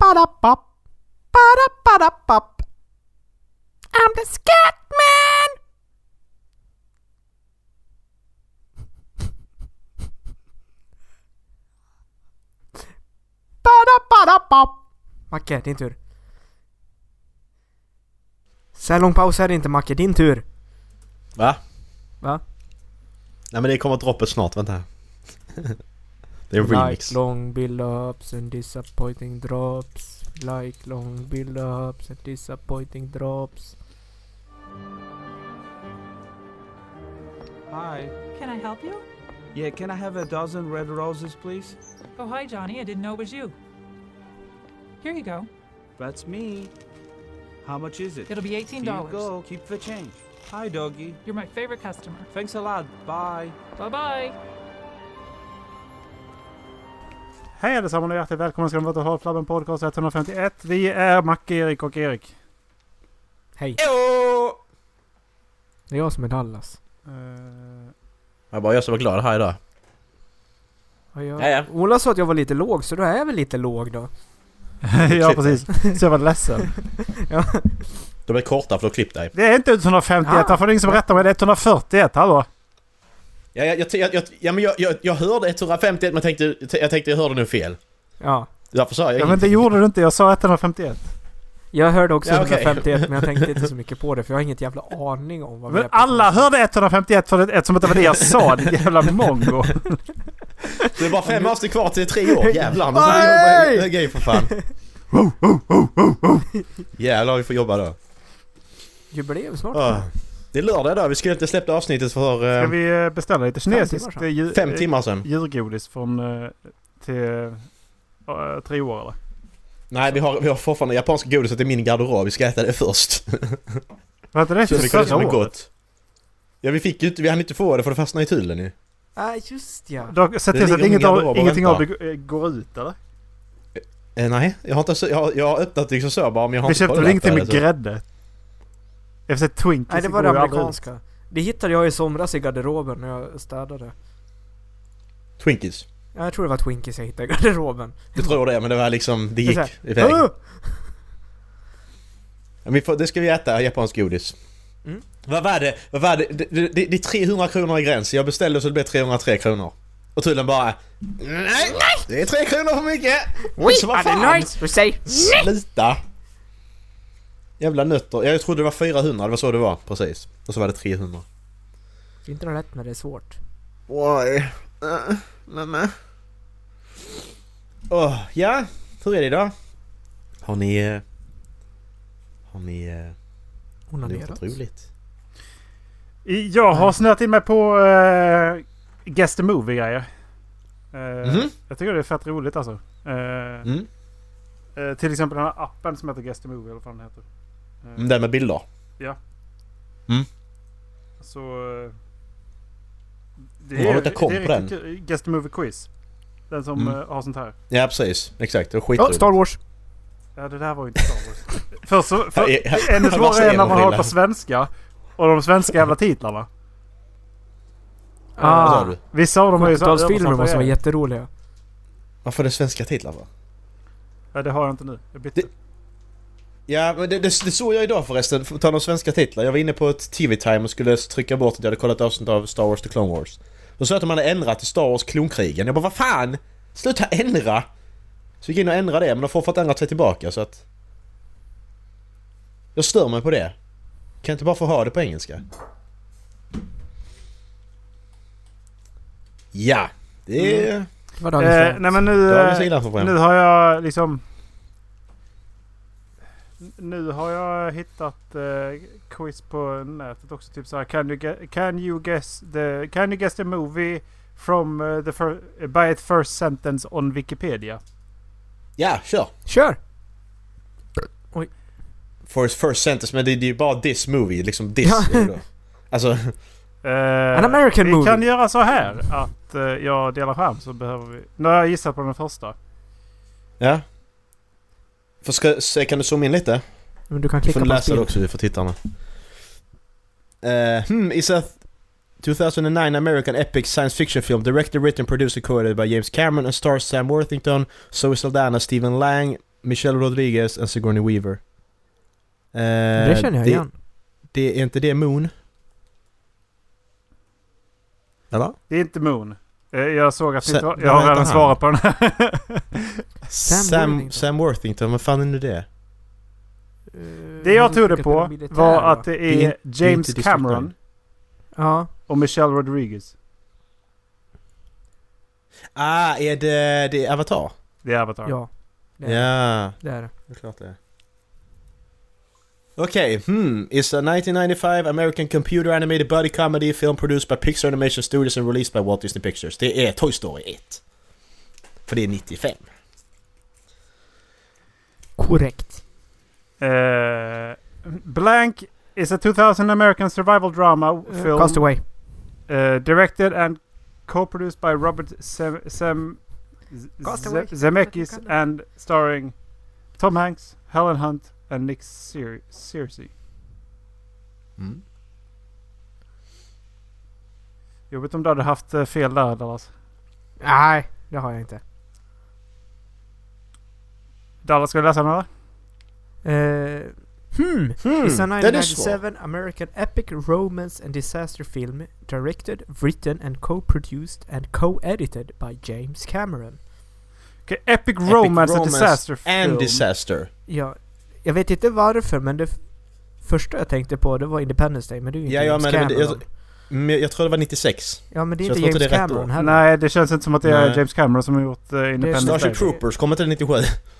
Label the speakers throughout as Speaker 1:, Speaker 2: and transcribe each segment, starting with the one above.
Speaker 1: Ba-da-bop. Ba-da-ba-da-bop. I'm the scat man! Ba-da-ba-da-bop. Macke, din tur. Så här lång paus är det inte Macke, din tur.
Speaker 2: Va?
Speaker 1: Va?
Speaker 2: Nej men det kommer droppet snart, vänta här. det är en remix.
Speaker 1: Like long build-ups and disappointing drops. Like long build-ups and disappointing drops.
Speaker 3: Hi.
Speaker 4: Can I help you?
Speaker 3: Yeah, can I have a dozen red roses, please?
Speaker 4: Oh, hi, Johnny. I didn't know it was you. Here you go.
Speaker 3: That's me. How much is it?
Speaker 4: It'll be $18.
Speaker 3: Here you go. Keep the change. Hi, doggy.
Speaker 4: You're my favorite customer.
Speaker 3: Thanks a lot. Bye.
Speaker 4: Bye bye.
Speaker 5: Hej allesammans och hjärtligt välkomna ska ni vara till Hårdflabben Podcast 151. Vi är Macke, Erik och Erik.
Speaker 1: Hej,
Speaker 2: Ejo!
Speaker 1: det är jag som är Dallas.
Speaker 5: Eh,
Speaker 2: Jag bara jag som var glad här idag.
Speaker 1: Och jag...
Speaker 2: Ja, ja.
Speaker 1: Ola sa att jag var lite låg, så då är jag väl lite låg då.
Speaker 5: ja precis, så jag var ledsen.
Speaker 2: De är korta för du har klippt dig.
Speaker 5: Det är inte 151,
Speaker 1: Ah.
Speaker 5: därför är det ingen som berättar mig. Det är 141, hallå?
Speaker 2: Ja, jag, jag, jag, jag, ja, men jag, jag, jag hörde 151 men jag tänkte, jag tänkte jag hörde nog fel.
Speaker 1: Ja.
Speaker 2: Därför sa jag
Speaker 5: Ja men det
Speaker 2: ingenting.
Speaker 5: gjorde du inte, jag sa 151.
Speaker 1: Jag hörde också
Speaker 2: Ja, okej.
Speaker 1: 151 men jag tänkte inte så mycket på det för jag har inget jävla aning om vad vi
Speaker 5: Men
Speaker 1: är på för
Speaker 5: alla hörde 151 för det, eftersom det var det jag sa, din jävla mongo.
Speaker 2: Det är bara fem avsnitt kvar till tre år, jävlar. Nu får vi
Speaker 1: Nej!
Speaker 2: jobba i- högg i för fan. Jävlar vi får jobba då.
Speaker 1: Jubileum snart.
Speaker 2: Ah. Det är lördag idag, vi skulle inte släppt avsnittet för eh,
Speaker 5: Ska vi eh, beställa lite
Speaker 1: timmar
Speaker 5: kinesiskt
Speaker 1: sedan.
Speaker 5: eh, djur,
Speaker 2: fem
Speaker 5: eh,
Speaker 2: timmar sedan.
Speaker 5: djurgodis från eh, till eh, tre år eller?
Speaker 2: Nej vi har, vi har fortfarande japansk godiset i min garderob, vi ska äta det först.
Speaker 5: Vad hette det?
Speaker 2: Så mycket av det som är
Speaker 5: Förra året?
Speaker 2: gott. Ja vi fick ju inte, vi hann inte få det för det fastnade i tullen ju.
Speaker 1: Ah, just ja.
Speaker 5: Då- Se
Speaker 2: Det
Speaker 5: till så att
Speaker 2: ligger
Speaker 5: inget
Speaker 2: i garderoben
Speaker 5: av,
Speaker 2: och
Speaker 5: ingenting av det
Speaker 2: väntar.
Speaker 5: g- eh, går ut eller?
Speaker 2: Eh, nej, jag har inte så, jag, har- jag har öppnat liksom så bara men jag har
Speaker 5: Vi
Speaker 2: inte
Speaker 5: köpte
Speaker 2: kollat
Speaker 5: väl ingenting
Speaker 2: på
Speaker 5: med
Speaker 2: det, så-
Speaker 5: grädde? Jag vill säga Twinkies.
Speaker 1: Nej det var det amerikanska. Det hittade jag i somras i garderoben när jag städade.
Speaker 2: alltså. Twinkies.
Speaker 1: Ja, Jag tror det var Twinkies jag hittade i garderoben.
Speaker 2: Du tror det men det var liksom, det
Speaker 1: Det är
Speaker 2: gick
Speaker 1: så
Speaker 2: iväg.
Speaker 5: Oh!
Speaker 1: Åh!
Speaker 2: Ja, Vi får, det ska vi äta, japansk godis.
Speaker 1: Mm.
Speaker 2: Vad var det? Vad var det? Det, det? det är 300 kronor i gräns. Jag beställde så det blev 303 kronor. Och tullen bara... Nej! Det är 3 kronor för mycket! Oui, så vad fan?
Speaker 1: Du säger
Speaker 2: Sluta! Jävla nötter. Jag trodde det var 400, det var så det var. Precis. Och så var det 300.
Speaker 1: Det är inte något lätt när det är svårt.
Speaker 2: Why? Äh, Mamma? Åh, ja. Hur är det idag? Har ni... eh, Har ni... eh, Har ni gjort
Speaker 1: Onanerat.
Speaker 2: något roligt?
Speaker 5: Jag har snöat in mig på eh, Guess the Movie-grejer. Eh,
Speaker 2: Mhm.
Speaker 5: Jag tycker det är fett roligt alltså. Eh,
Speaker 2: Mm.
Speaker 5: eh, till exempel den här appen som heter Guess the Movie eller vad den heter. Eh,
Speaker 2: Mm, Det med bilder?
Speaker 5: Så... eh, Det
Speaker 2: Har du inte koll på
Speaker 5: riktigt kul. Guess the Movie Quiz. Den som
Speaker 2: Mm.
Speaker 5: eh, har sånt här.
Speaker 2: Ja precis, exakt. Det är
Speaker 1: Ja,
Speaker 2: skitroligt.
Speaker 1: Star Wars.
Speaker 5: Ja det där var ju inte Star Wars. Först så... För,
Speaker 2: Här är- här-
Speaker 5: ännu
Speaker 2: här bara
Speaker 5: svårare är
Speaker 2: ser
Speaker 5: när man har det
Speaker 2: Gorilla.
Speaker 5: på svenska. Och de svenska jävla titlarna.
Speaker 2: Vad sa
Speaker 1: Ah.
Speaker 2: du?
Speaker 5: Vissa av dem har ju så-
Speaker 1: Åttiotalsfilmer måste vara
Speaker 5: översatta
Speaker 1: jätteroliga.
Speaker 2: Varför är det svenska titlar va?
Speaker 5: Ja, det har jag inte nu. Jag bytte.
Speaker 2: Det- Ja men det, det, det såg jag idag förresten, för att ta några svenska titlar. Jag var inne på ett TV-time och skulle trycka bort att jag hade kollat avsnitt av Star Wars The Clone Wars. Då såg jag att de hade ändrat till Star Wars Klonkrigen. Jag bara vad fan! Sluta ändra! Så gick jag in och ändrade det men de har fortfarande ändrat sig tillbaka så att... Jag stör mig på det. Kan jag inte bara få ha det på engelska? Ja! Det är...
Speaker 1: Vad hade han
Speaker 5: Eh,
Speaker 1: sagt?
Speaker 5: nej men nu,
Speaker 2: Det har vi
Speaker 5: eh,
Speaker 2: sidan för program.
Speaker 5: nu har jag liksom... Nu har jag hittat eh, quiz på nätet också. Typ så här, can, you ge- can, you guess the, can you guess the movie from eh, the fir- by its first sentence on Wikipedia?
Speaker 2: Ja, kör!
Speaker 1: Kör!
Speaker 2: for his first sentence, men det, det är ju bara this movie, liksom this.
Speaker 1: Ja.
Speaker 2: är det då. Alltså,
Speaker 5: Eh,
Speaker 1: An American
Speaker 5: vi
Speaker 1: movie.
Speaker 5: kan göra så här att eh, jag delar skärm så behöver vi... Nu har jag gissat på den första.
Speaker 2: ja. För ska, se, kan du zooma in lite?
Speaker 1: Men du kan
Speaker 2: Du
Speaker 1: klicka
Speaker 2: får
Speaker 1: på
Speaker 2: läsa det
Speaker 1: spel.
Speaker 2: också ju för tittarna. Eh, hmm, is a 2009 American epic science fiction film directed, written, produced and co-edited by James Cameron and stars Sam Worthington, Zoe Saldana, Stephen Lang, Michelle Rodriguez och Sigourney Weaver. Eh,
Speaker 1: det känner jag
Speaker 2: det,
Speaker 1: igen.
Speaker 2: Det, är inte det Moon? Eller?
Speaker 5: Det är inte Moon. Eh, Jag såg att
Speaker 2: Sa-
Speaker 5: Sa- inte var,
Speaker 2: vad
Speaker 5: Jag har
Speaker 2: heter
Speaker 5: redan
Speaker 2: han?
Speaker 5: svarat på den här.
Speaker 2: Sam,
Speaker 1: Worthington.
Speaker 2: Sam Worthington, vad fan är nu det?
Speaker 5: Det jag trodde på var att det
Speaker 2: Det är
Speaker 5: är James
Speaker 2: inte District
Speaker 5: Cameron
Speaker 2: Nine.
Speaker 1: Ja.
Speaker 5: och Michelle Rodriguez.
Speaker 2: Ah, är det, det är Avatar?
Speaker 5: Det är Avatar.
Speaker 1: Ja. Det är det.
Speaker 2: Ja,
Speaker 1: det. Är det.
Speaker 2: det är klart det är. Okej, hmm. It's a 1995 American computer animated buddy comedy film produced by Pixar Animation Studios and released by Walt Disney Pictures. Det är Toy Story 1. För det är 95.
Speaker 1: Korrekt.
Speaker 5: Eh, Blank is a 2000 American survival drama
Speaker 1: Eh,
Speaker 5: film
Speaker 1: Castaway.
Speaker 5: uh, directed and co-produced by Robert Sem, Sem Z-
Speaker 1: Castaway.
Speaker 5: Ze- Zemeckis
Speaker 1: Castaway.
Speaker 5: and starring Tom Hanks, Helen Hunt and Nick Sear- Searcy.
Speaker 2: Mm.
Speaker 5: Jobbigt om du hade haft eh, fel där Dallas.
Speaker 1: Nej, det har jag inte.
Speaker 5: Dallas, ska du läsa den eller?
Speaker 1: Eh, hmm.
Speaker 2: Hmm.
Speaker 1: It's a
Speaker 2: Den är svår.
Speaker 1: 1997 American epic romance and disaster film directed, written and co-produced and co-edited by James Cameron.
Speaker 5: Okej, Epic,
Speaker 2: Epic
Speaker 5: Romance and Disaster
Speaker 2: and
Speaker 5: film.
Speaker 2: Disaster.
Speaker 1: Ja, jag vet inte varför men det f- första jag tänkte på det var Independence Day men det är ju inte
Speaker 2: Ja, ja,
Speaker 1: James
Speaker 2: men det- men
Speaker 1: Cameron.
Speaker 2: det- Men Mm, jag tror det var 96.
Speaker 1: ja men det är
Speaker 2: så jag
Speaker 1: inte
Speaker 2: tror inte
Speaker 1: James
Speaker 2: det är rätt
Speaker 1: Cameron
Speaker 2: år.
Speaker 1: heller.
Speaker 5: Nej, det känns inte som att det är
Speaker 2: Nej.
Speaker 5: James Cameron som har gjort eh, Independence
Speaker 1: Starship
Speaker 5: Day.
Speaker 2: Starship
Speaker 1: det-
Speaker 2: Troopers, kommer inte 97?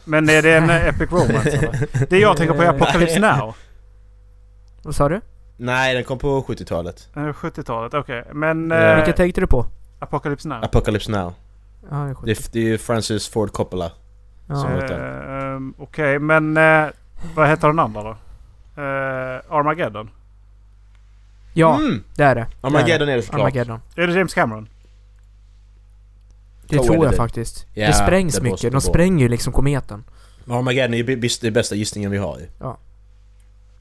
Speaker 5: Men är det en eh, Epic Romance eller? Det jag tänker på är
Speaker 1: Eh,
Speaker 5: Apocalypse Now.
Speaker 1: Vad sa du?
Speaker 2: Nej, den kom på 70-talet.
Speaker 5: Eh, 70-talet, okej. Men
Speaker 2: Ja.
Speaker 5: eh,
Speaker 1: Vilket tänkte du på?
Speaker 5: Apocalypse Now.
Speaker 2: Apocalypse Now.
Speaker 1: Ja, det är skit.
Speaker 2: Det är, det är Francis Ford Coppola.
Speaker 1: ja.
Speaker 2: som
Speaker 5: Eh,
Speaker 2: heter den.
Speaker 5: ehm, Okej, men eh, vad heter den andra då? Eh, Armageddon.
Speaker 1: ja,
Speaker 2: Mm.
Speaker 1: det är det.
Speaker 2: Armageddon är
Speaker 1: Det
Speaker 2: det
Speaker 1: är
Speaker 2: såklart.
Speaker 1: det. Armageddon.
Speaker 5: Är det James Cameron?
Speaker 1: Det tror jag
Speaker 2: Co-edited.
Speaker 1: faktiskt.
Speaker 2: Ja,
Speaker 1: det sprängs
Speaker 2: det
Speaker 1: mycket.
Speaker 2: måste
Speaker 1: De
Speaker 2: det vara.
Speaker 1: spränger ju liksom kometen.
Speaker 2: Armageddon är ju b- bäst- det bästa gissningen vi har ju.
Speaker 1: Ja.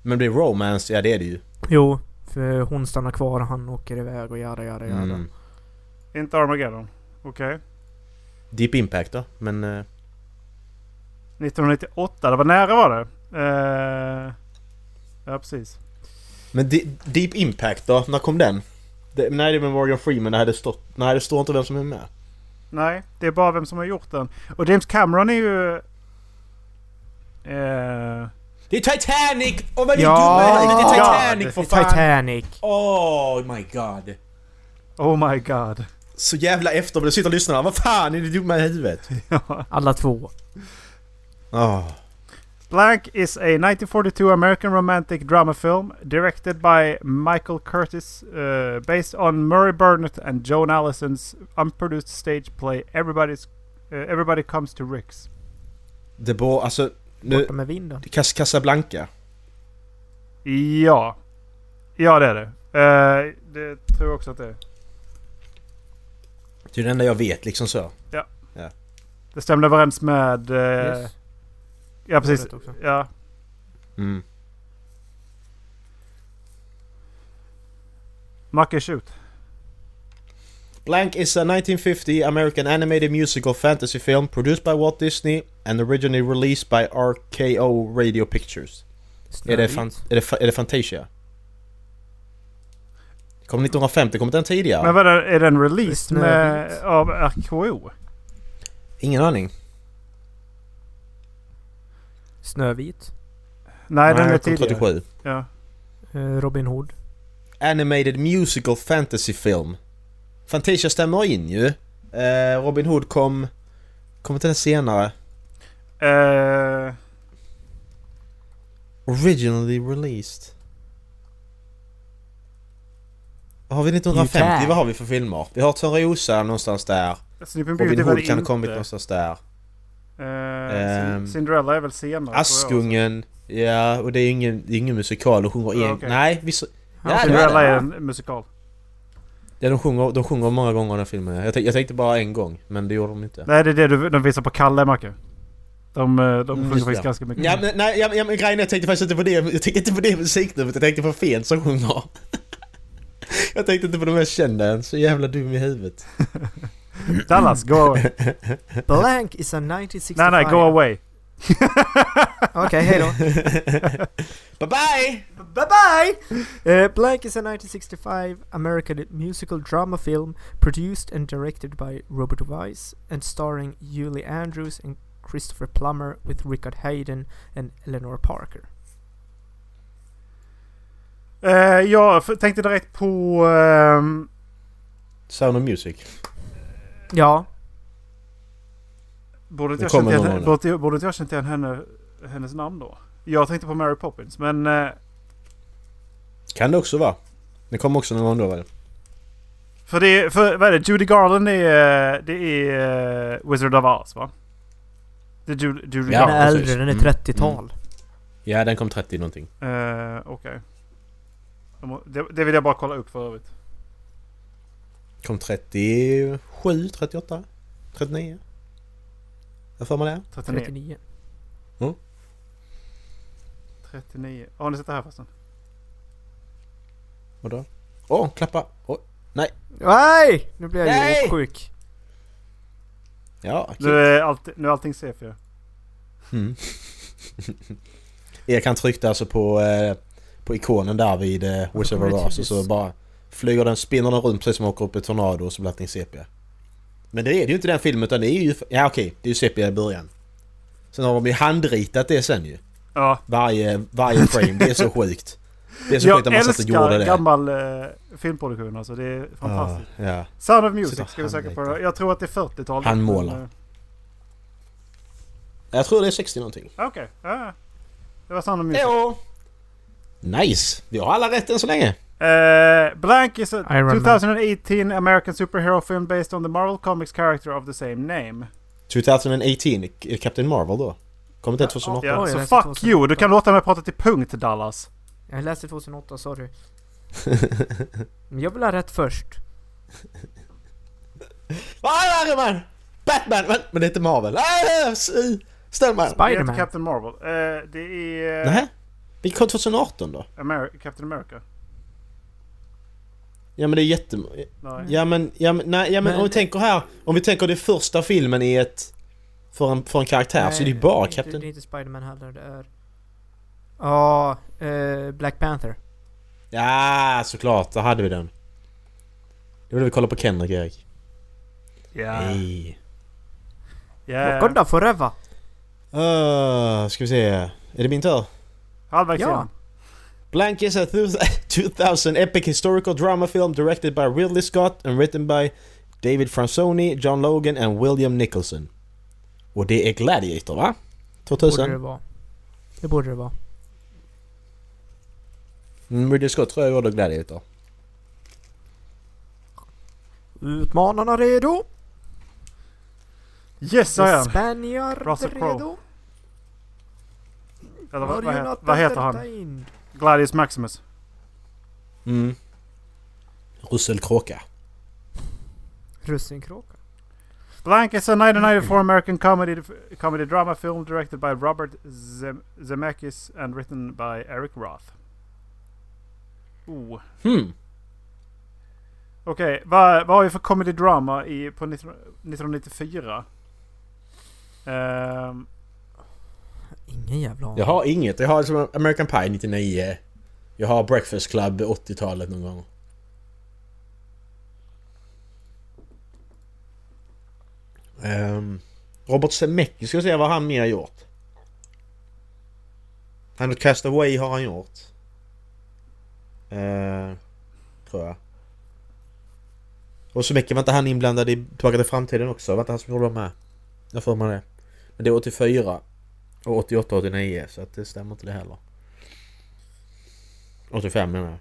Speaker 2: Men blir romance, ja det är det ju.
Speaker 1: Jo, för hon stannar kvar och han åker iväg och jada jada jada.
Speaker 2: Mm.
Speaker 5: Inte Armageddon. Okej.
Speaker 2: Deep Impact då, men... eh,
Speaker 5: 1998, det var nära var det. Eh, ja, precis.
Speaker 2: Men Di- Deep Impact då, när kom den? Det, nej det var Morgan Freeman, det hade stått... Nej det står inte vem som är med.
Speaker 5: Nej, det är bara vem som har gjort den. Och James Cameron är ju... Eh,
Speaker 2: Det är Titanic! Åh vad är
Speaker 1: Ja,
Speaker 2: dumma i huvudet? Det
Speaker 5: ja,
Speaker 2: är Titanic för
Speaker 1: Det
Speaker 2: fan!
Speaker 1: är Titanic.
Speaker 2: Oh my god!
Speaker 5: oh my god.
Speaker 2: Så jävla efterbelysning, sitter och lyssnar. Vad fan är det dumma i huvudet?
Speaker 1: Alla två.
Speaker 2: Oh.
Speaker 5: Blank is a 1942 American romantic drama film directed by Michael Curtis, uh, based on Murray Burnett and Joan Allison's unproduced stage play Everybody's, uh, Everybody Comes to Rick's.
Speaker 2: Det bor, alltså... Nu,
Speaker 1: Borta med vinden.
Speaker 2: Cas- Casablanca.
Speaker 5: Ja. Ja, det är det. Eh, det tror jag också att det är.
Speaker 2: Det är det enda jag vet liksom så.
Speaker 5: Det stämde överens med... eh,
Speaker 1: Yes.
Speaker 5: Ja, precis.
Speaker 1: Ordet också.
Speaker 5: Ja.
Speaker 2: Mm.
Speaker 5: Macke, shoot.
Speaker 2: Blank is a 1950 American animated musical fantasy film produced by Walt Disney and originally released by RKO Radio Pictures. Är det, fan, är, det, fa- är det Fantasia? Kom 1950, kom den tidigare?
Speaker 5: Men vad är, är den released
Speaker 1: Snövit.
Speaker 5: med, av RKO?
Speaker 2: Ingen aning.
Speaker 1: Snövit.
Speaker 5: Nej, den är
Speaker 2: kom
Speaker 5: tidigare.
Speaker 2: 37.
Speaker 5: Ja.
Speaker 1: Eh, Robin Hood.
Speaker 2: Animated musical fantasy film. Fantasia stämmer in ju. Eh, Robin Hood kom... Kom inte den senare?
Speaker 5: Eh,
Speaker 2: Originally released. Vad har vi
Speaker 1: You can.
Speaker 2: 1950? Vad har vi för filmer? Vi har Törnrosa någonstans där.
Speaker 5: Sleeping Beauty
Speaker 2: Robin
Speaker 5: var det
Speaker 2: Hood kan ha
Speaker 5: inte.
Speaker 2: kommit någonstans där.
Speaker 5: Eh,
Speaker 2: Ehm,
Speaker 5: Cin- Cinderella är väl senare? tror jag alltså.
Speaker 2: Askungen. Ja, och det är ingen, det är ingen musikal. De sjunger
Speaker 5: Ja,
Speaker 2: en...
Speaker 5: okej.
Speaker 2: Nej, vi så...
Speaker 5: också.
Speaker 2: Ja, det
Speaker 5: Cinderella
Speaker 2: är
Speaker 5: är
Speaker 2: det.
Speaker 5: en musikal.
Speaker 2: Ja, de sjunger, de sjunger många gånger i den filmen. Jag, tänk, jag tänkte bara en gång, men det gjorde de inte.
Speaker 5: Nej, det är det du, de visar på Kalle, Macke. De, eh, de sjunger
Speaker 2: Mm, just
Speaker 5: faktiskt
Speaker 2: det.
Speaker 5: ganska mycket.
Speaker 2: Ja, men, nej, ja, men- ja, men grejen är, jag tänkte faktiskt inte på det. Jag tänkte inte på det musiknumret. Jag tänkte på Fen som sjunger. jag tänkte inte på de mest kända än. Så jävla dum i huvudet.
Speaker 5: Dallas, go away.
Speaker 1: Blank is a 1965...
Speaker 5: nej, nej, go away.
Speaker 1: Okej, hejdå.
Speaker 2: bye bye!
Speaker 1: Bye-bye! Uh, Blank is a 1965 American musical drama film produced and directed by Robert Wise and starring Julie Andrews and Christopher Plummer with Rickard Hayden and Eleanor Parker.
Speaker 5: Eh, jag f- tänkte direkt på... ehm,
Speaker 2: Sound of Music.
Speaker 1: Ja,
Speaker 5: borde, inte
Speaker 2: Nu
Speaker 5: jag
Speaker 2: kommer
Speaker 5: känt igen,
Speaker 2: någon
Speaker 5: henne-
Speaker 2: av
Speaker 5: borde, borde inte jag känt igen henne, hennes namn då? Jag tänkte på Mary Poppins men... eh,
Speaker 2: Kan det också vara. Det kommer också någon gång då väl?
Speaker 5: För det är, för, vad är det? Judy Garland är... eh, Det är eh, Wizard of Oz va? Det är Judy, Judy
Speaker 2: Ja,
Speaker 1: den är
Speaker 5: Garland.
Speaker 2: precis.
Speaker 1: äldre, den är
Speaker 2: Mm.
Speaker 1: 30-tal.
Speaker 2: Ja, den kom 30 någonting.
Speaker 5: Eh, Okej. Jag må- Det, det vill jag bara kolla upp för övrigt.
Speaker 2: Kom 37, 38, 39? Jag får man det?
Speaker 5: 39.
Speaker 1: 39.
Speaker 5: 39. Har ni sett det här förresten?
Speaker 2: Vadå? Åh, klappa! Åh,
Speaker 1: Nej! Nu blir jag
Speaker 2: Nej!
Speaker 1: ju åksjuk.
Speaker 2: Ja, okej.
Speaker 5: Nu är, allt, nu är allting safe ju.
Speaker 2: Mm. Erik han tryckte alltså på, eh, på ikonen där vid eh, Wizard
Speaker 1: kommer det
Speaker 2: of Oz och
Speaker 1: tills-
Speaker 2: så bara flyger den, spinner den runt precis som åker upp i tornado och så blir allting sepia. Men det är det ju inte i den filmen utan det är ju... Ja okej, det är ju sepia i början. Sen har de ju handritat det sen ju.
Speaker 5: Ja.
Speaker 2: Varje, varje frame, det är så sjukt. Det är så sjukt att
Speaker 5: Jag
Speaker 2: man satt och gjorde
Speaker 5: älskar
Speaker 2: det.
Speaker 5: gammal eh, filmproduktion alltså. Det är
Speaker 2: Ja,
Speaker 5: fantastiskt.
Speaker 2: ja.
Speaker 5: Sound of Music
Speaker 2: Sitta
Speaker 5: ska vi söka på.
Speaker 2: handräkning.
Speaker 5: Jag tror att det är 40-tal.
Speaker 2: Han målar.
Speaker 5: Men, eh,
Speaker 2: Jag tror det är 60 någonting.
Speaker 5: Okej. Ja, ja. Det var Sound of Music.
Speaker 2: Ja. Nice! Vi har alla rätt än så länge.
Speaker 5: Eh, Blank is a
Speaker 1: Iron Man.
Speaker 5: 2018 American superhero film based on the Marvel Comics character of the same name.
Speaker 2: 2018, eh, Captain Marvel då. Kommer inte 2018?
Speaker 5: Ja,
Speaker 1: Oj,
Speaker 5: så
Speaker 1: det är
Speaker 5: fuck
Speaker 1: 2018.
Speaker 5: you! Du kan låta mig prata till punkt Dallas.
Speaker 1: Jag läste 2008, sorry. Men jag vill ha rätt först.
Speaker 2: Ah, Iron Man! Batman! Men, men det är inte Marvel. Ah, s- eh, Stämmer.
Speaker 5: Det är
Speaker 1: Spiderman.
Speaker 5: inte Captain Marvel. Eh, det är eh,
Speaker 2: Nähä? Vilket kom 2018 då?
Speaker 5: Ameri- Captain America.
Speaker 2: Ja men det är jätte...
Speaker 5: Nej.
Speaker 2: Ja men, ja men, nej, ja, men,
Speaker 1: Men-
Speaker 2: om vi tänker här. Om vi tänker det första filmen i ett... För en, för en karaktär så är det ju bara
Speaker 1: inte-
Speaker 2: Captain...
Speaker 1: Det är inte Spiderman heller, det är... Ja, eh, Black Panther.
Speaker 2: Ja såklart, där hade vi den. Det vill vi kolla på Kendrick Erik.
Speaker 5: Ja.
Speaker 2: Nej.
Speaker 5: Ja.
Speaker 1: Wakanda forever!
Speaker 2: Uh, ska vi se. Är det min tur?
Speaker 5: Halvvägs
Speaker 1: Ja.
Speaker 5: igen.
Speaker 2: Blank is a thu- 2000 epic historical drama film directed by Ridley Scott and written by David Franzoni, John Logan and William Nicholson. Och det är Gladiator va?
Speaker 1: Borde det
Speaker 2: 2000?
Speaker 1: vara. Det borde det vara.
Speaker 2: Mm, Ridley Scott tror jag gjorde Gladiator.
Speaker 1: Utmanarna redo?
Speaker 5: Yes I am.
Speaker 1: Spaniard
Speaker 5: Russell Crowe.
Speaker 1: redo?
Speaker 5: Eller vad, vad, he-
Speaker 1: Jonathan
Speaker 5: vad heter han?
Speaker 1: Tertain?
Speaker 5: Gladius Maximus.
Speaker 2: Mm. Russelkråka.
Speaker 1: Russinkråka.
Speaker 5: Blank is a 1994 American comedy comedy drama film directed by Robert Zem- Zemeckis and written by Eric Roth. Oh.
Speaker 2: Hmm.
Speaker 5: Okej, vad, vad har vi för comedy drama i, på 19, 1994? Ehm,
Speaker 1: Ingen jävla aning.
Speaker 2: Jag har inget. Jag har liksom American Pie 99. Jag har Breakfast Club 80-talet någon gång. Ehm, Robert Zemeckis ska se vad han mer har gjort. Han har Cast Away har han gjort. Ehm, tror jag. Och Zemeckis var inte han inblandad i Tillbaka till Framtiden också? Var inte han som gjorde dem här? Jag får mig det. Men det är 84. Och 88 89 så att det stämmer inte det heller. 85 menar jag.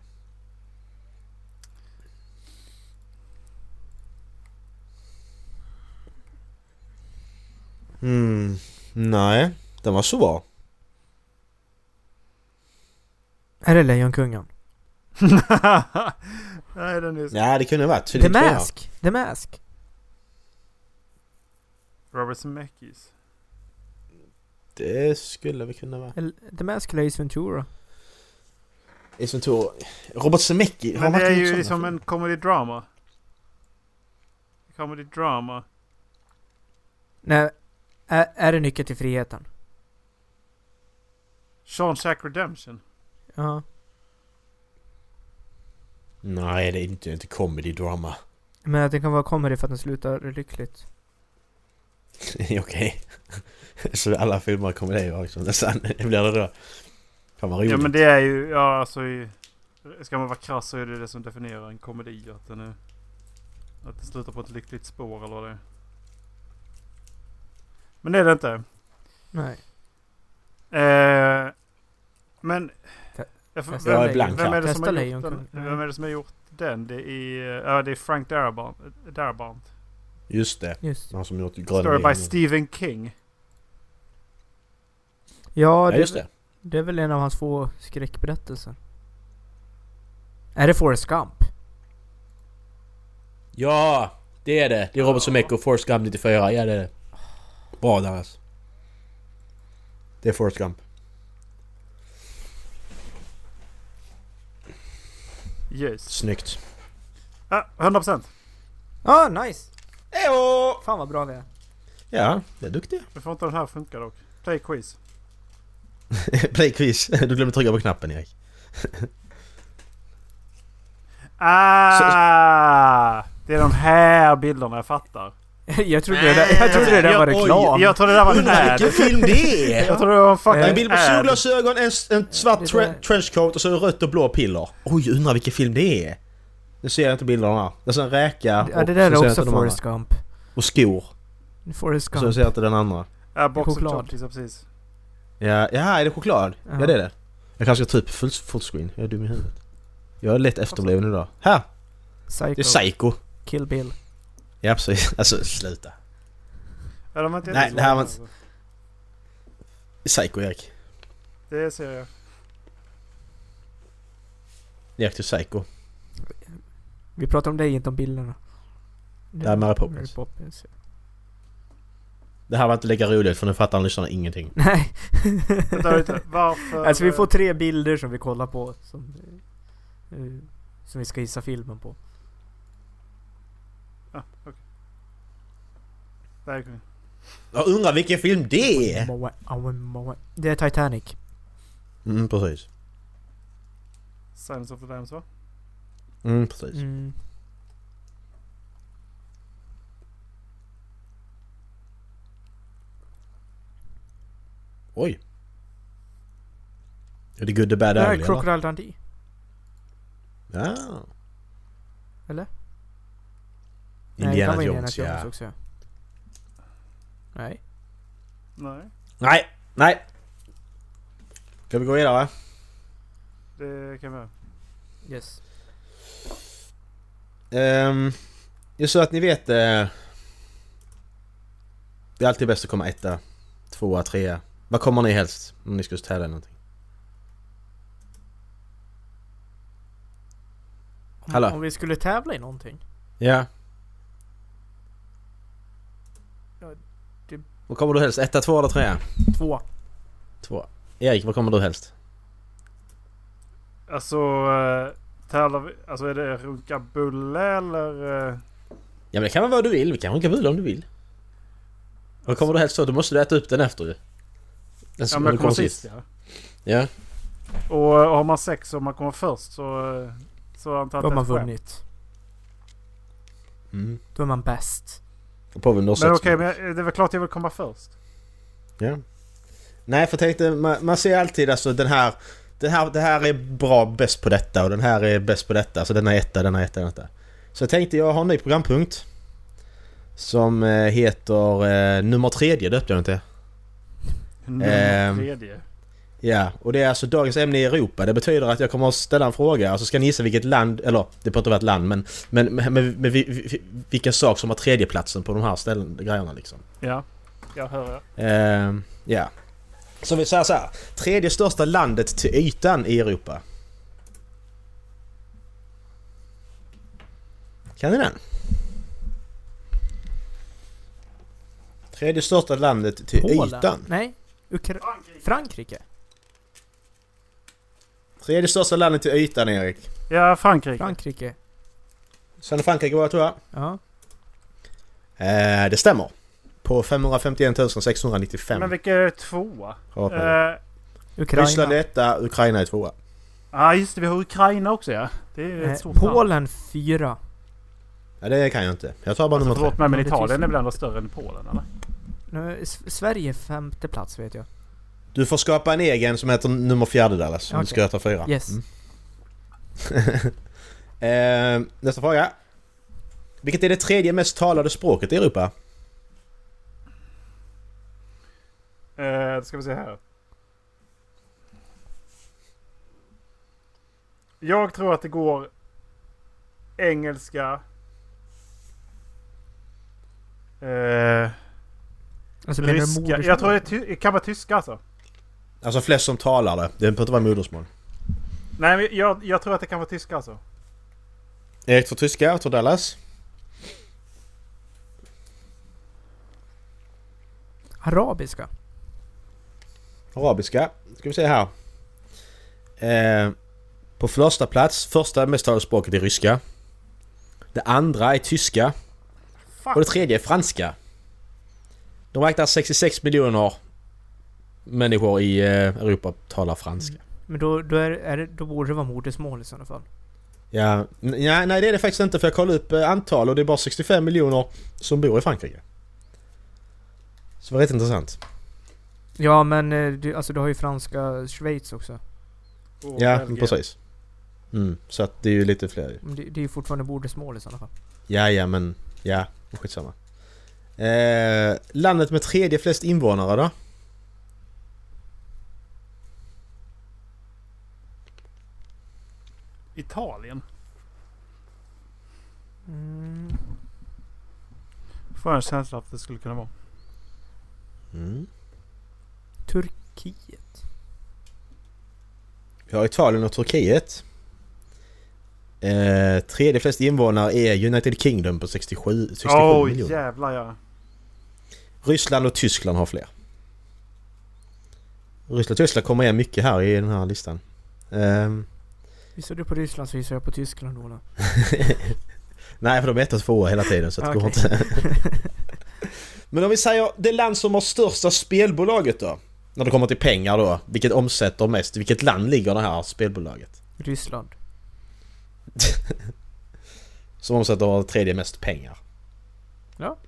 Speaker 2: Mm, nej. Den var svår.
Speaker 1: Är det Lejonkungen?
Speaker 5: Nej, den är...
Speaker 2: Nej, det kunde ha varit.
Speaker 1: The
Speaker 2: Tydligen tror jag.
Speaker 1: Mask! The Mask!
Speaker 5: Robert Zemeckis.
Speaker 2: Det skulle vi kunna vara.
Speaker 1: Eller, The Mask eller Ace Ventura?
Speaker 2: Ace Ventura. Robert Zemeckis.
Speaker 5: Men det är ju
Speaker 2: som
Speaker 5: liksom en comedy drama. Comedy drama.
Speaker 1: Nej, är, är det Nyckeln till Friheten?
Speaker 5: Shawshank Redemption.
Speaker 1: Ja.
Speaker 2: Nej, det är inte, inte comedy drama.
Speaker 1: Men att det kan vara comedy för att den slutar lyckligt.
Speaker 2: Okej. Så alla filmer har komedier också nästan. Det blir det då. Fan vad roligt.
Speaker 5: Ja men det är ju, ja alltså i, Ska man vara krass så är det det som definierar en komedi. Att den, är, att den slutar på ett lyckligt spår eller vad det är. Men det är det inte.
Speaker 1: Nej.
Speaker 5: Eh, men...
Speaker 1: Te-
Speaker 5: Jag får-
Speaker 1: testa.
Speaker 5: vem,
Speaker 2: Jag är blank
Speaker 5: vem,
Speaker 2: här.
Speaker 5: är det som
Speaker 1: Testa
Speaker 5: har gjort den?
Speaker 1: Lejonkungen.
Speaker 5: vem är det som har gjort den? Det är, eh, ja, det är Frank Darabont. Darabont.
Speaker 2: Just det.
Speaker 1: Just.
Speaker 2: Han som gjort Gröna
Speaker 5: Story by
Speaker 2: Lejonet.
Speaker 5: Stephen King.
Speaker 1: Ja,
Speaker 2: Ja,
Speaker 1: det,
Speaker 2: just det.
Speaker 1: det är väl en av hans få skräckberättelser. Är det Forrest Gump?
Speaker 2: Ja, det är det. Det är Robert Zemeckis och Forrest Gump 94. Ja, det är det. Bra Dallas. Det är Forrest Gump.
Speaker 5: Yes.
Speaker 2: Snyggt.
Speaker 5: Ja, 100%.
Speaker 1: Ah, nice!
Speaker 2: Ejo!
Speaker 1: Fan vad bra vi är.
Speaker 2: Ja, det är duktiga.
Speaker 5: Vi får inte den här funka dock. Play quiz.
Speaker 2: Play quiz. Du glömde trycka på knappen Erik.
Speaker 5: Ah! Det är de här bilderna jag fattar.
Speaker 1: jag trodde det där, jag trodde det där
Speaker 2: Jag-
Speaker 1: var
Speaker 2: oj,
Speaker 1: reklam.
Speaker 5: Jag trodde det där var en
Speaker 2: Undrar vilken
Speaker 5: ad.
Speaker 2: film det är!
Speaker 5: Jag trodde det var en fucking
Speaker 1: Ja,
Speaker 2: En bild på
Speaker 5: ad.
Speaker 2: solglasögon, en, s- en svart
Speaker 1: Det
Speaker 2: tre-
Speaker 1: där-
Speaker 2: trenchcoat och så rött och blå piller. Oj, undrar vilken film det är. Nu ser jag inte bilderna här. Det är så en räka
Speaker 1: Ja,
Speaker 2: och
Speaker 1: det där
Speaker 2: så ser
Speaker 1: är också
Speaker 2: jag inte de andra.
Speaker 1: Forrest Gump.
Speaker 2: Och skor.
Speaker 1: Forrest
Speaker 2: Så jag
Speaker 1: Gump.
Speaker 2: ser inte den andra.
Speaker 5: Ja, box of
Speaker 1: Choklad.
Speaker 5: chocolates, ja, precis.
Speaker 2: Ja, ja är det choklad? Ja.
Speaker 1: Ja.
Speaker 2: det är det. Jag kanske ska ta upp full fullscreen. Jag är dum i huvudet. Jag är lätt efterbliven idag. Här! Det är
Speaker 1: Psycho.
Speaker 2: Psycho.
Speaker 1: Kill Bill.
Speaker 2: Ja precis. Alltså sluta.
Speaker 5: Ja, de har inte
Speaker 2: Nej,
Speaker 5: ens-
Speaker 2: det här var inte- Psycho Erik.
Speaker 5: Det ser jag.
Speaker 2: Erik till Psycho.
Speaker 1: Vi pratar om dig, inte om bilderna. Det
Speaker 2: är Mary Poppins.
Speaker 1: Poppins, ja.
Speaker 2: Det här var inte lika roligt för nu fattar lyssnarna ingenting.
Speaker 1: Nej,
Speaker 5: Vänta lite. Varför...
Speaker 1: alltså vi får tre bilder som vi kollar på. Som, eh, som vi ska gissa filmen på.
Speaker 5: Ja, okej. Där kom vi.
Speaker 2: Jag undrar vilken film det är!
Speaker 1: Moa, awe, moa. Det är Titanic.
Speaker 2: Mm precis.
Speaker 5: Silence of the Lambs va?
Speaker 2: Mm precis.
Speaker 1: Mm.
Speaker 2: Oj. Är det Good, the Bad,
Speaker 1: Det här
Speaker 2: Ugly
Speaker 1: är
Speaker 2: eller?
Speaker 1: Crocodile Dundee.
Speaker 2: Ja.
Speaker 1: Eller? Nej, det kan
Speaker 2: Indiana
Speaker 1: vara
Speaker 2: Jones ja.
Speaker 1: också. ja. Nej.
Speaker 5: Nej.
Speaker 2: Nej! Nej! Ska vi gå vidare?
Speaker 5: Det kan vi göra.
Speaker 1: Yes.
Speaker 2: Um, jag så att ni vet... eh, det är alltid bäst att komma etta, tvåa, trea. Vad kommer ni helst om ni skulle tävla i någonting?
Speaker 1: Om,
Speaker 2: Hallå?
Speaker 1: om vi skulle tävla i någonting.
Speaker 2: Ja.
Speaker 1: Ja, det-
Speaker 2: Vad kommer du helst? Etta, tvåa eller trea?
Speaker 1: Två.
Speaker 2: Tvåa. Erik, vad kommer du helst?
Speaker 5: Alltså... eh, Tävlar vi... Alltså är det runka bulle eller... eh,
Speaker 2: Ja men det kan vara vad du vill. Vi kan runka bula om du vill. Vad kommer du helst då? Då måste du äta upp den efter ju. Den
Speaker 5: Ja
Speaker 2: som
Speaker 5: men
Speaker 2: du
Speaker 5: jag kommer sist ja.
Speaker 2: Ja.
Speaker 5: Och, eh, har man sex och man kommer först så... eh, Så antar jag
Speaker 1: Då har
Speaker 5: att
Speaker 1: man
Speaker 5: det är ett skämt.
Speaker 1: vunnit. Då är man bäst.
Speaker 2: Och påven har
Speaker 5: Men
Speaker 2: sex
Speaker 5: okej,
Speaker 2: med-
Speaker 5: men jag- det är väl klart jag vill komma först.
Speaker 2: Ja. Nej, för jag tänkte, man, man ser alltid alltså den här, den här... Det här är bra, bäst på detta och den här är bäst på detta. Så den är etta, den är etta, den är etta. Så jag tänkte jag har en ny programpunkt. Som eh, heter eh, nummer tredje döpte jag den till.
Speaker 5: Nummer
Speaker 1: Mm.
Speaker 2: Ehm.
Speaker 5: tredje.
Speaker 2: Ja, och det är alltså dagens ämne i Europa. Det betyder att jag kommer att ställa en fråga och så ska ni gissa vilket land, eller det behöver inte vara ett land men... Men, men, men vi- vi- vi- vilken sak som har tredjeplatsen på de här ställen, grejerna liksom.
Speaker 5: Ja, jag hör er.
Speaker 2: Ehm, ja. Så vi säger så här. Tredje största landet till ytan i Europa. Kan ni den? Tredje största landet till ytan.
Speaker 1: Nej. Ukra- Frankrike.
Speaker 2: Tredje största landet till ytan, Erik.
Speaker 5: Ja, Frankrike.
Speaker 1: Frankrike.
Speaker 2: Sen är Frankrike var jag tror jag.
Speaker 1: Ja.
Speaker 2: Eh, det stämmer. På 551 695.
Speaker 5: Men vilka är tvåa?
Speaker 2: kvadratmeter.
Speaker 5: Eh,
Speaker 1: Ukraina.
Speaker 2: Ryssland är etta, Ukraina är tvåa.
Speaker 5: ah, just det. Vi har Ukraina också ja. Det är ett
Speaker 1: Eh,
Speaker 5: stort land.
Speaker 1: Polen 4.
Speaker 2: Ja, det kan jag inte. Jag tar bara
Speaker 5: Alltså,
Speaker 2: nummer
Speaker 5: förlåt
Speaker 2: tre.
Speaker 5: mig men
Speaker 1: Ja, det
Speaker 5: Italien
Speaker 1: tycks-
Speaker 5: är väl ändå större än Polen eller?
Speaker 1: Nu, S- Sverige femte plats vet jag.
Speaker 2: Du får skapa en egen som heter nummer fjärde Dallas. Om
Speaker 1: Okej.
Speaker 2: du ska ta fyra.
Speaker 1: Yes.
Speaker 2: Mm. eh, nästa fråga. Vilket är det tredje mest talade språket i Europa?
Speaker 5: Eh, då ska vi se här. Jag tror att det går engelska. Eh,
Speaker 1: Alltså, menar du
Speaker 5: ryska.
Speaker 1: modersmål?
Speaker 5: Jag tror det, är ty- det kan vara tyska alltså.
Speaker 2: Alltså flest som talar det. Det behöver inte vara modersmål.
Speaker 5: Nej, men jag, jag tror att det kan vara tyska alltså.
Speaker 2: Erik tror tyska, jag tror Dallas.
Speaker 1: Arabiska.
Speaker 2: Arabiska. Ska vi se här. Eh, på första plats, första mest talade språket är ryska. Det andra är tyska.
Speaker 5: Fuck.
Speaker 2: Och det tredje är franska. De räknar 66 miljoner människor i eh, Europa talar franska.
Speaker 1: Men då, då, är, är det, då borde det vara modersmål i sådana fall.
Speaker 2: Ja, n- ja, nej det är det faktiskt inte för jag kollade upp eh, antal och det är bara 65 miljoner som bor i Frankrike. Så det var rätt intressant.
Speaker 1: Ja men eh, du, alltså, du har ju franska Schweiz också.
Speaker 5: Och
Speaker 2: ja,
Speaker 5: Belgien.
Speaker 2: precis. Mm, så att det är ju lite fler ju.
Speaker 1: Men Det, det är ju fortfarande modersmål i sådana fall.
Speaker 2: Ja, ja men ja, skitsamma. Eh, landet med tredje flest invånare då?
Speaker 5: Italien.
Speaker 1: Mm.
Speaker 5: Får jag en känsla att det skulle kunna vara.
Speaker 2: Mm.
Speaker 1: Turkiet.
Speaker 2: Vi har Italien och Turkiet. Eh, tredje flest invånare är United Kingdom på 67, 67
Speaker 5: Åh
Speaker 2: miljoner.
Speaker 5: jävlar ja.
Speaker 2: Ryssland och Tyskland har fler. Ryssland och Tyskland kommer igen mycket här i den här listan. Ehm,
Speaker 1: Visar du på Ryssland så visar jag på Tyskland Ola.
Speaker 2: nej, för de är ett och tvåa hela tiden så det
Speaker 1: Okej.
Speaker 2: går inte. Men om vi säger det land som har största spelbolaget då? När det kommer till pengar då, vilket omsätter mest? Vilket land ligger det här spelbolaget?
Speaker 1: Ryssland.
Speaker 2: Som omsätter tredje mest pengar.
Speaker 1: Ja.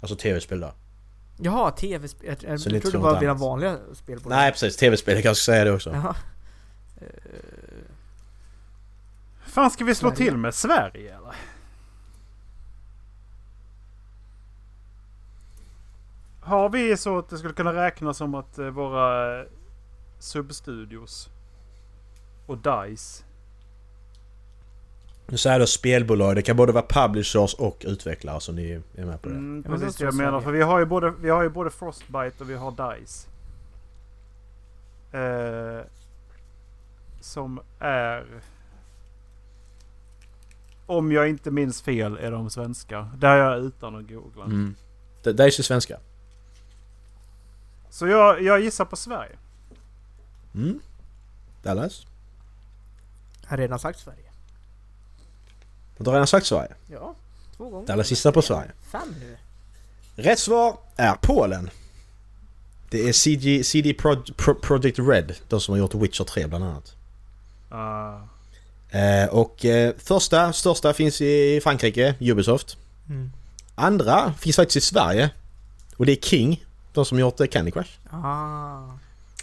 Speaker 2: Alltså tv-spel då?
Speaker 1: Jaha, tv-spel. Jag, jag
Speaker 2: Så ni
Speaker 1: trodde det
Speaker 2: tror
Speaker 1: var
Speaker 2: inte
Speaker 1: dina
Speaker 2: annat?
Speaker 1: vanliga spelbolag.
Speaker 2: Nej precis, tv-spel, jag kanske ska säga det också.
Speaker 1: Jaha.
Speaker 5: Fan ska vi slå
Speaker 1: Sverige.
Speaker 5: till med Sverige eller? Har vi så att det skulle kunna räknas som att eh, våra eh, substudios och DICE.
Speaker 2: Nu säger jag då spelbolag, det kan både vara publishers och utvecklare så ni är med på det.
Speaker 5: Mm,
Speaker 1: Ja, men
Speaker 5: precis
Speaker 1: då
Speaker 5: det jag
Speaker 1: så
Speaker 5: menar.
Speaker 1: Sverige.
Speaker 5: För vi har ju både, vi har ju både Frostbite och vi har DICE. Eh, som är... Om jag inte minns fel är de svenska. Där är jag utan att googla.
Speaker 2: Mm. Det, det är ju svenska.
Speaker 5: Så jag, jag gissar på Sverige.
Speaker 2: Mm. Dallas?
Speaker 1: Jag har redan sagt Sverige.
Speaker 2: Du har redan sagt Sverige.
Speaker 1: Ja, två gånger.
Speaker 2: Dallas gissar på Sverige.
Speaker 1: Fem nu.
Speaker 2: Rätt svar är Polen. Det är CG, CD Pro, Pro, Project Red, de som har gjort Witcher 3 bland annat.
Speaker 5: Ah,
Speaker 2: Eh, och eh, första, största finns i Frankrike, Ubisoft.
Speaker 1: Mm.
Speaker 2: Andra finns faktiskt i Sverige. Och det är King, de som gjort eh, Candy Crush.
Speaker 1: Ah.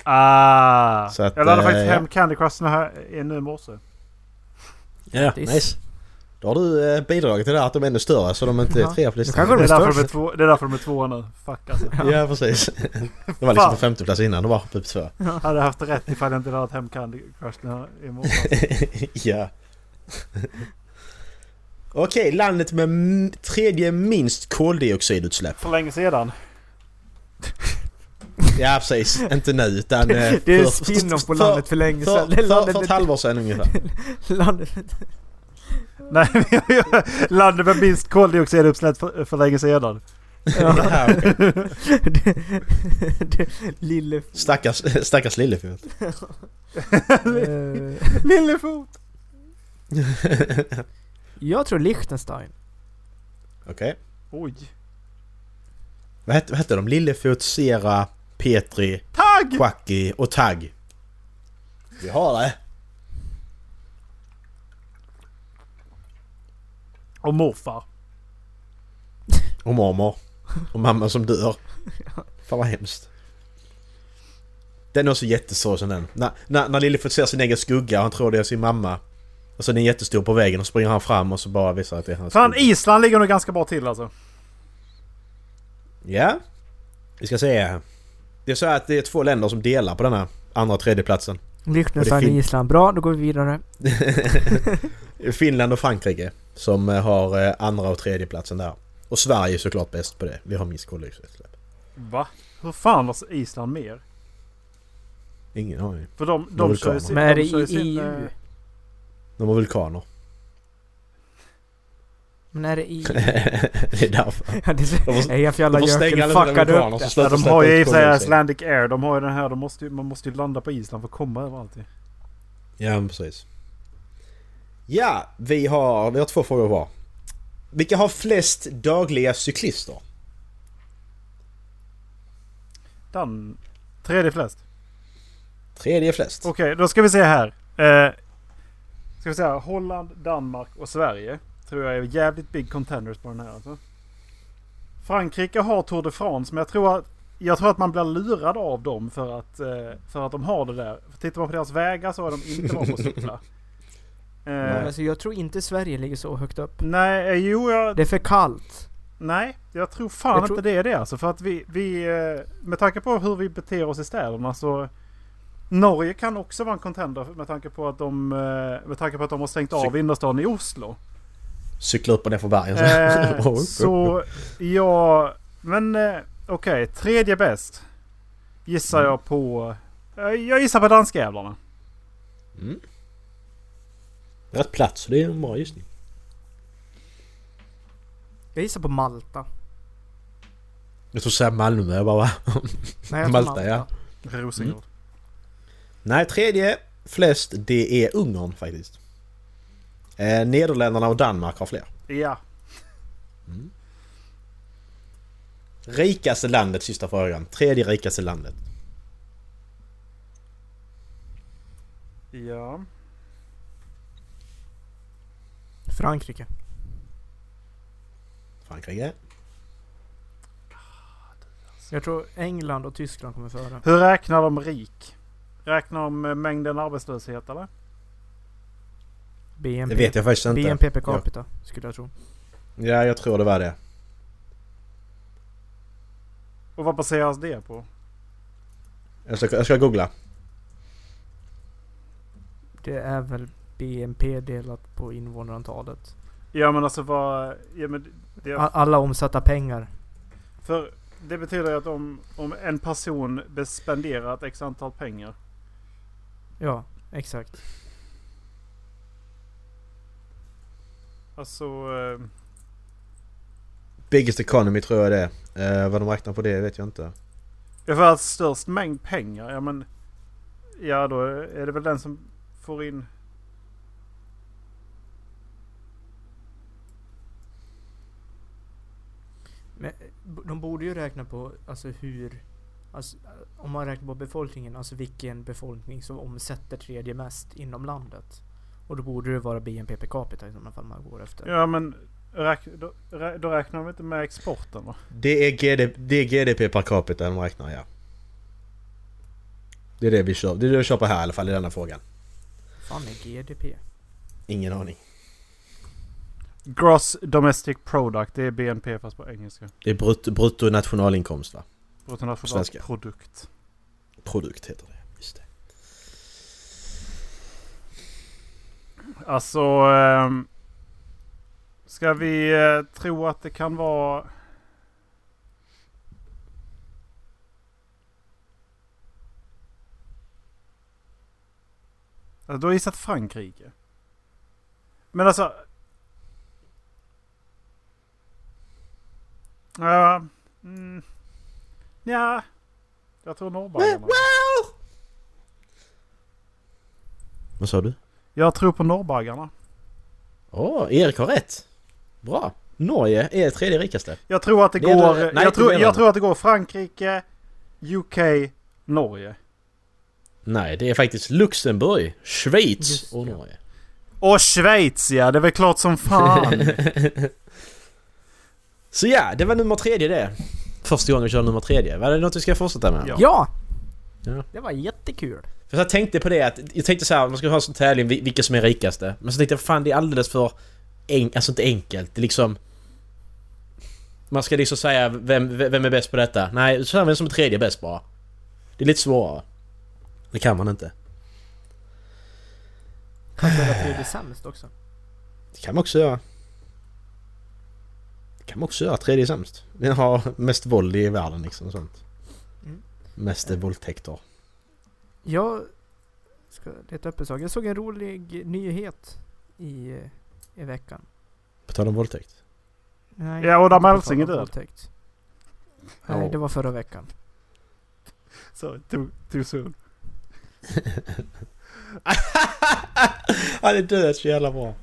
Speaker 5: ah.
Speaker 2: Så att,
Speaker 5: jag laddade
Speaker 2: eh,
Speaker 5: faktiskt
Speaker 2: ja.
Speaker 5: hem Candy Crush här i nu i morse.
Speaker 2: Ja,
Speaker 1: Grattis.
Speaker 2: nice. Då har du eh, bidragit till det här att de är ännu större så de inte är
Speaker 1: Ja.
Speaker 2: trea på
Speaker 1: Nu
Speaker 2: listan.
Speaker 1: kanske
Speaker 5: Det är,
Speaker 1: de är
Speaker 5: därför de är
Speaker 1: störst.
Speaker 5: två, det är därför de är två nu. Fuck alltså.
Speaker 2: Ja, precis. Det var liksom
Speaker 5: Fan.
Speaker 2: på femte plats innan, det var typ två.
Speaker 5: Jag hade haft rätt ifall jag inte laddat hem Candy Crush den här i morse.
Speaker 2: ja. Okej, landet med m- tredje minst koldioxidutsläpp.
Speaker 5: För länge sedan.
Speaker 2: Ja, precis. inte nu utan... eh,
Speaker 1: Det är
Speaker 2: för-
Speaker 1: spin-off på
Speaker 2: för-
Speaker 1: landet för länge
Speaker 2: För,
Speaker 1: sedan.
Speaker 2: för,
Speaker 1: Det är
Speaker 2: för,
Speaker 1: landet-
Speaker 2: för ett halvår sedan ungefär.
Speaker 1: landet-
Speaker 5: Nej, landet med minst koldioxidutsläpp för, för länge sedan.
Speaker 2: Ja, okej.
Speaker 1: det- det- Lille...
Speaker 2: stackars, stackars Lillefot.
Speaker 1: eh,
Speaker 5: Lillefot!
Speaker 1: jag tror Liechtenstein.
Speaker 2: Okej.
Speaker 5: Oj.
Speaker 2: Vad, hette, vad hette de? Lillefot, Sera, Petri...
Speaker 5: Ta tagg!
Speaker 2: Quacky och tagg. Vi har det.
Speaker 5: Och morfar.
Speaker 2: Och mormor. Och mamma som dör. Fan vad hemskt. Den är också jättesorgsen den. När, när, när Lillefot ser sin egen skugga och han tror det är sin mamma. Och sen är den jättestor på väggen och springer han fram och så bara visar att det är hans
Speaker 5: Fan,
Speaker 2: skugga.
Speaker 5: Island ligger nog ganska bra till alltså.
Speaker 2: Ja. Vi ska se. här. Det är så här att det är två länder som delar på denna andra och tredje platsen.
Speaker 1: Liechtenstein och
Speaker 2: fin-
Speaker 1: Island. Bra, då går vi vidare.
Speaker 2: Finland och Frankrike som eh, har eh, andra och tredje platsen där. Och Sverige är såklart bäst på det. Vi har minst koldioxidutsläpp.
Speaker 5: Va? Hur fan har Island mer?
Speaker 2: Ingen aning.
Speaker 5: För de, de,
Speaker 2: Vulkaner.
Speaker 5: kör ju sin...
Speaker 1: Men är
Speaker 5: de
Speaker 1: det
Speaker 5: kör ju
Speaker 1: i
Speaker 5: sin,
Speaker 1: EU?
Speaker 5: eh,
Speaker 2: De har vulkaner.
Speaker 1: Men är det i...
Speaker 2: det är därför.
Speaker 1: Ja, det
Speaker 2: De
Speaker 1: är
Speaker 2: måste-
Speaker 1: Nej, för jävla
Speaker 2: De får stänga
Speaker 1: jöken
Speaker 2: alla sina
Speaker 1: fuckade
Speaker 2: vulkaner
Speaker 1: upp
Speaker 2: så
Speaker 1: det.
Speaker 5: Ja,
Speaker 2: slutar
Speaker 5: de
Speaker 2: släppa
Speaker 5: har ju i
Speaker 2: ut
Speaker 5: och för sig
Speaker 2: koldioxid.
Speaker 5: Icelandic Air. De har ju den här. De måste ju, man måste ju landa på Island för att komma överallt ju.
Speaker 2: Ja, men precis. Ja, vi har, vi har två frågor var. Vilka har flest dagliga cyklister?
Speaker 5: Dan... Tredje flest.
Speaker 2: Tredje flest.
Speaker 5: Okej, då ska vi se här. Eh, ska vi säga Holland, Danmark och Sverige. Tror jag är jävligt big contenders på den här alltså. Frankrike har Tour de France men jag tror att, jag tror att man blir lurad av dem för att, eh, för att de har det där. För tittar man på deras vägar så är de inte bra på att cykla. Eh,
Speaker 1: Alltså, jag tror inte Sverige ligger så högt upp.
Speaker 5: nej, eh, jo jag,
Speaker 1: Det är för kallt.
Speaker 5: nej, jag tror fan
Speaker 1: Jag tror-
Speaker 5: inte det är det alltså. För att vi, vi eh, med tanke på hur vi beter oss i städerna så Norge kan också vara en contender med tanke på att de, eh, med tanke på att de har stängt av
Speaker 2: Cyk-
Speaker 5: innerstan i Oslo.
Speaker 2: Cykla upp och ner för bergen.
Speaker 5: Eh, så ja, men eh, okej, tredje bäst gissar
Speaker 1: Mm.
Speaker 5: jag på. Eh, jag gissar på danskjävlarna.
Speaker 2: Mm. Rätt plats, så det är en bra gissning.
Speaker 1: Jag gissar på Malta.
Speaker 2: Jag tror säga Malmö, jag bara va?
Speaker 1: Nej, jag tror
Speaker 2: Malta, ja.
Speaker 5: Rosengård.
Speaker 2: Nej, tredje flest det är Ungern faktiskt. Eh, Nederländerna och Danmark har fler.
Speaker 5: Mm. Ja,
Speaker 2: Rikaste landet, sista frågan. Tredje rikaste landet.
Speaker 5: ja.
Speaker 1: Frankrike.
Speaker 2: Frankrike.
Speaker 1: Jag tror England och Tyskland kommer före.
Speaker 5: Hur räknar de rik? Räknar de eh, mängden arbetslöshet eller?
Speaker 1: BNP.
Speaker 2: Det vet jag faktiskt inte.
Speaker 1: BNP per capita, skulle jag tro.
Speaker 2: Ja, jag tror det var det.
Speaker 5: Och vad baseras det på?
Speaker 2: Jag ska, jag ska googla.
Speaker 1: Det är väl BNP delat på invånarantalet.
Speaker 5: Ja men alltså vad... Ja, men det,
Speaker 1: A- Alla omsatta pengar.
Speaker 5: för det betyder ju att om, om en person be- spenderar ett x antal pengar.
Speaker 1: Ja, exakt.
Speaker 5: Alltså... eh,
Speaker 2: Biggest economy tror jag det är. Eh, vad de räknar på det vet jag inte.
Speaker 5: Jag får alltså störst mängd pengar. Ja men... Ja då är det väl den som får in...
Speaker 1: Men b- de borde ju räkna på alltså hur... Alltså, om man räknar på befolkningen, alltså vilken befolkning som omsätter tredje mest inom landet. Och då borde det vara BNP per capita i sådana fall man går efter.
Speaker 5: Ja men... Räk, då, rä- då räknar de inte med exporten va?
Speaker 2: Det är, GD, det är GDP per capita de räknar, ja. Det är det vi kör, det är det vi kör på här i alla fall i denna frågan.
Speaker 1: fan är GDP?
Speaker 2: Ingen aning.
Speaker 5: Gross Domestic Product. Det är BNP fast på engelska.
Speaker 2: Det är brut, bruttonationalinkomst va? Svenska.
Speaker 5: Bruttonationalprodukt.
Speaker 2: Produkt heter det. Just det.
Speaker 5: Alltså... ehm, ska vi eh, tro att det kan vara... Alltså, du har gissat Frankrike. Men alltså... Ja... Mm, ja. Jag tror Norrbaggarna.
Speaker 2: Vad sa du?
Speaker 5: Jag tror på Norrbaggarna.
Speaker 2: Åh, Erik har rätt! Bra! Norge är tredje rikaste.
Speaker 5: Jag tror att det
Speaker 2: Det är
Speaker 5: går...
Speaker 2: det- nej,
Speaker 5: jag,
Speaker 2: inte
Speaker 5: tror,
Speaker 2: Irland.
Speaker 5: jag tror att det går Frankrike, UK, Norge.
Speaker 2: Nej, det är faktiskt Luxemburg, Schweiz
Speaker 1: Just
Speaker 2: och
Speaker 1: det.
Speaker 2: Norge.
Speaker 5: Och Schweiz ja, det är väl klart som fan.
Speaker 2: Så ja, det var nummer tredje det. Första gången vi kör nummer tredje. Var det något vi ska fortsätta med?
Speaker 5: Ja.
Speaker 1: Ja!
Speaker 2: Ja.
Speaker 1: Det var jättekul.
Speaker 2: För jag tänkte på det att, jag tänkte så här, man ska ha en sån tävling, vil- vilka som är rikaste. Men så tänkte jag, fan det är alldeles för, en, alltså inte enkelt, det är liksom... Man ska liksom säga, vem, vem är bäst på detta? Nej, så här, vem som är tredje bäst bara. Det är lite svårare. Det kan man inte.
Speaker 1: Kanske den var tredje sämst också.
Speaker 2: Det kan man också göra. Det kan man också göra, tredje sämst. Den har mest våld i världen liksom och sånt.
Speaker 1: Mm.
Speaker 2: Mest våldtäkter.
Speaker 1: Jag ska leta upp en sak. Jag såg en rolig nyhet i, eh, i veckan.
Speaker 2: På tal om våldtäkt.
Speaker 1: Nej,
Speaker 5: Ja, Adam
Speaker 1: inte på
Speaker 5: Alsing är
Speaker 1: tal om
Speaker 5: död.
Speaker 1: våldtäkt. Nej, det var förra veckan.
Speaker 5: Så, too, too soon.
Speaker 2: Han är död så jävla bra.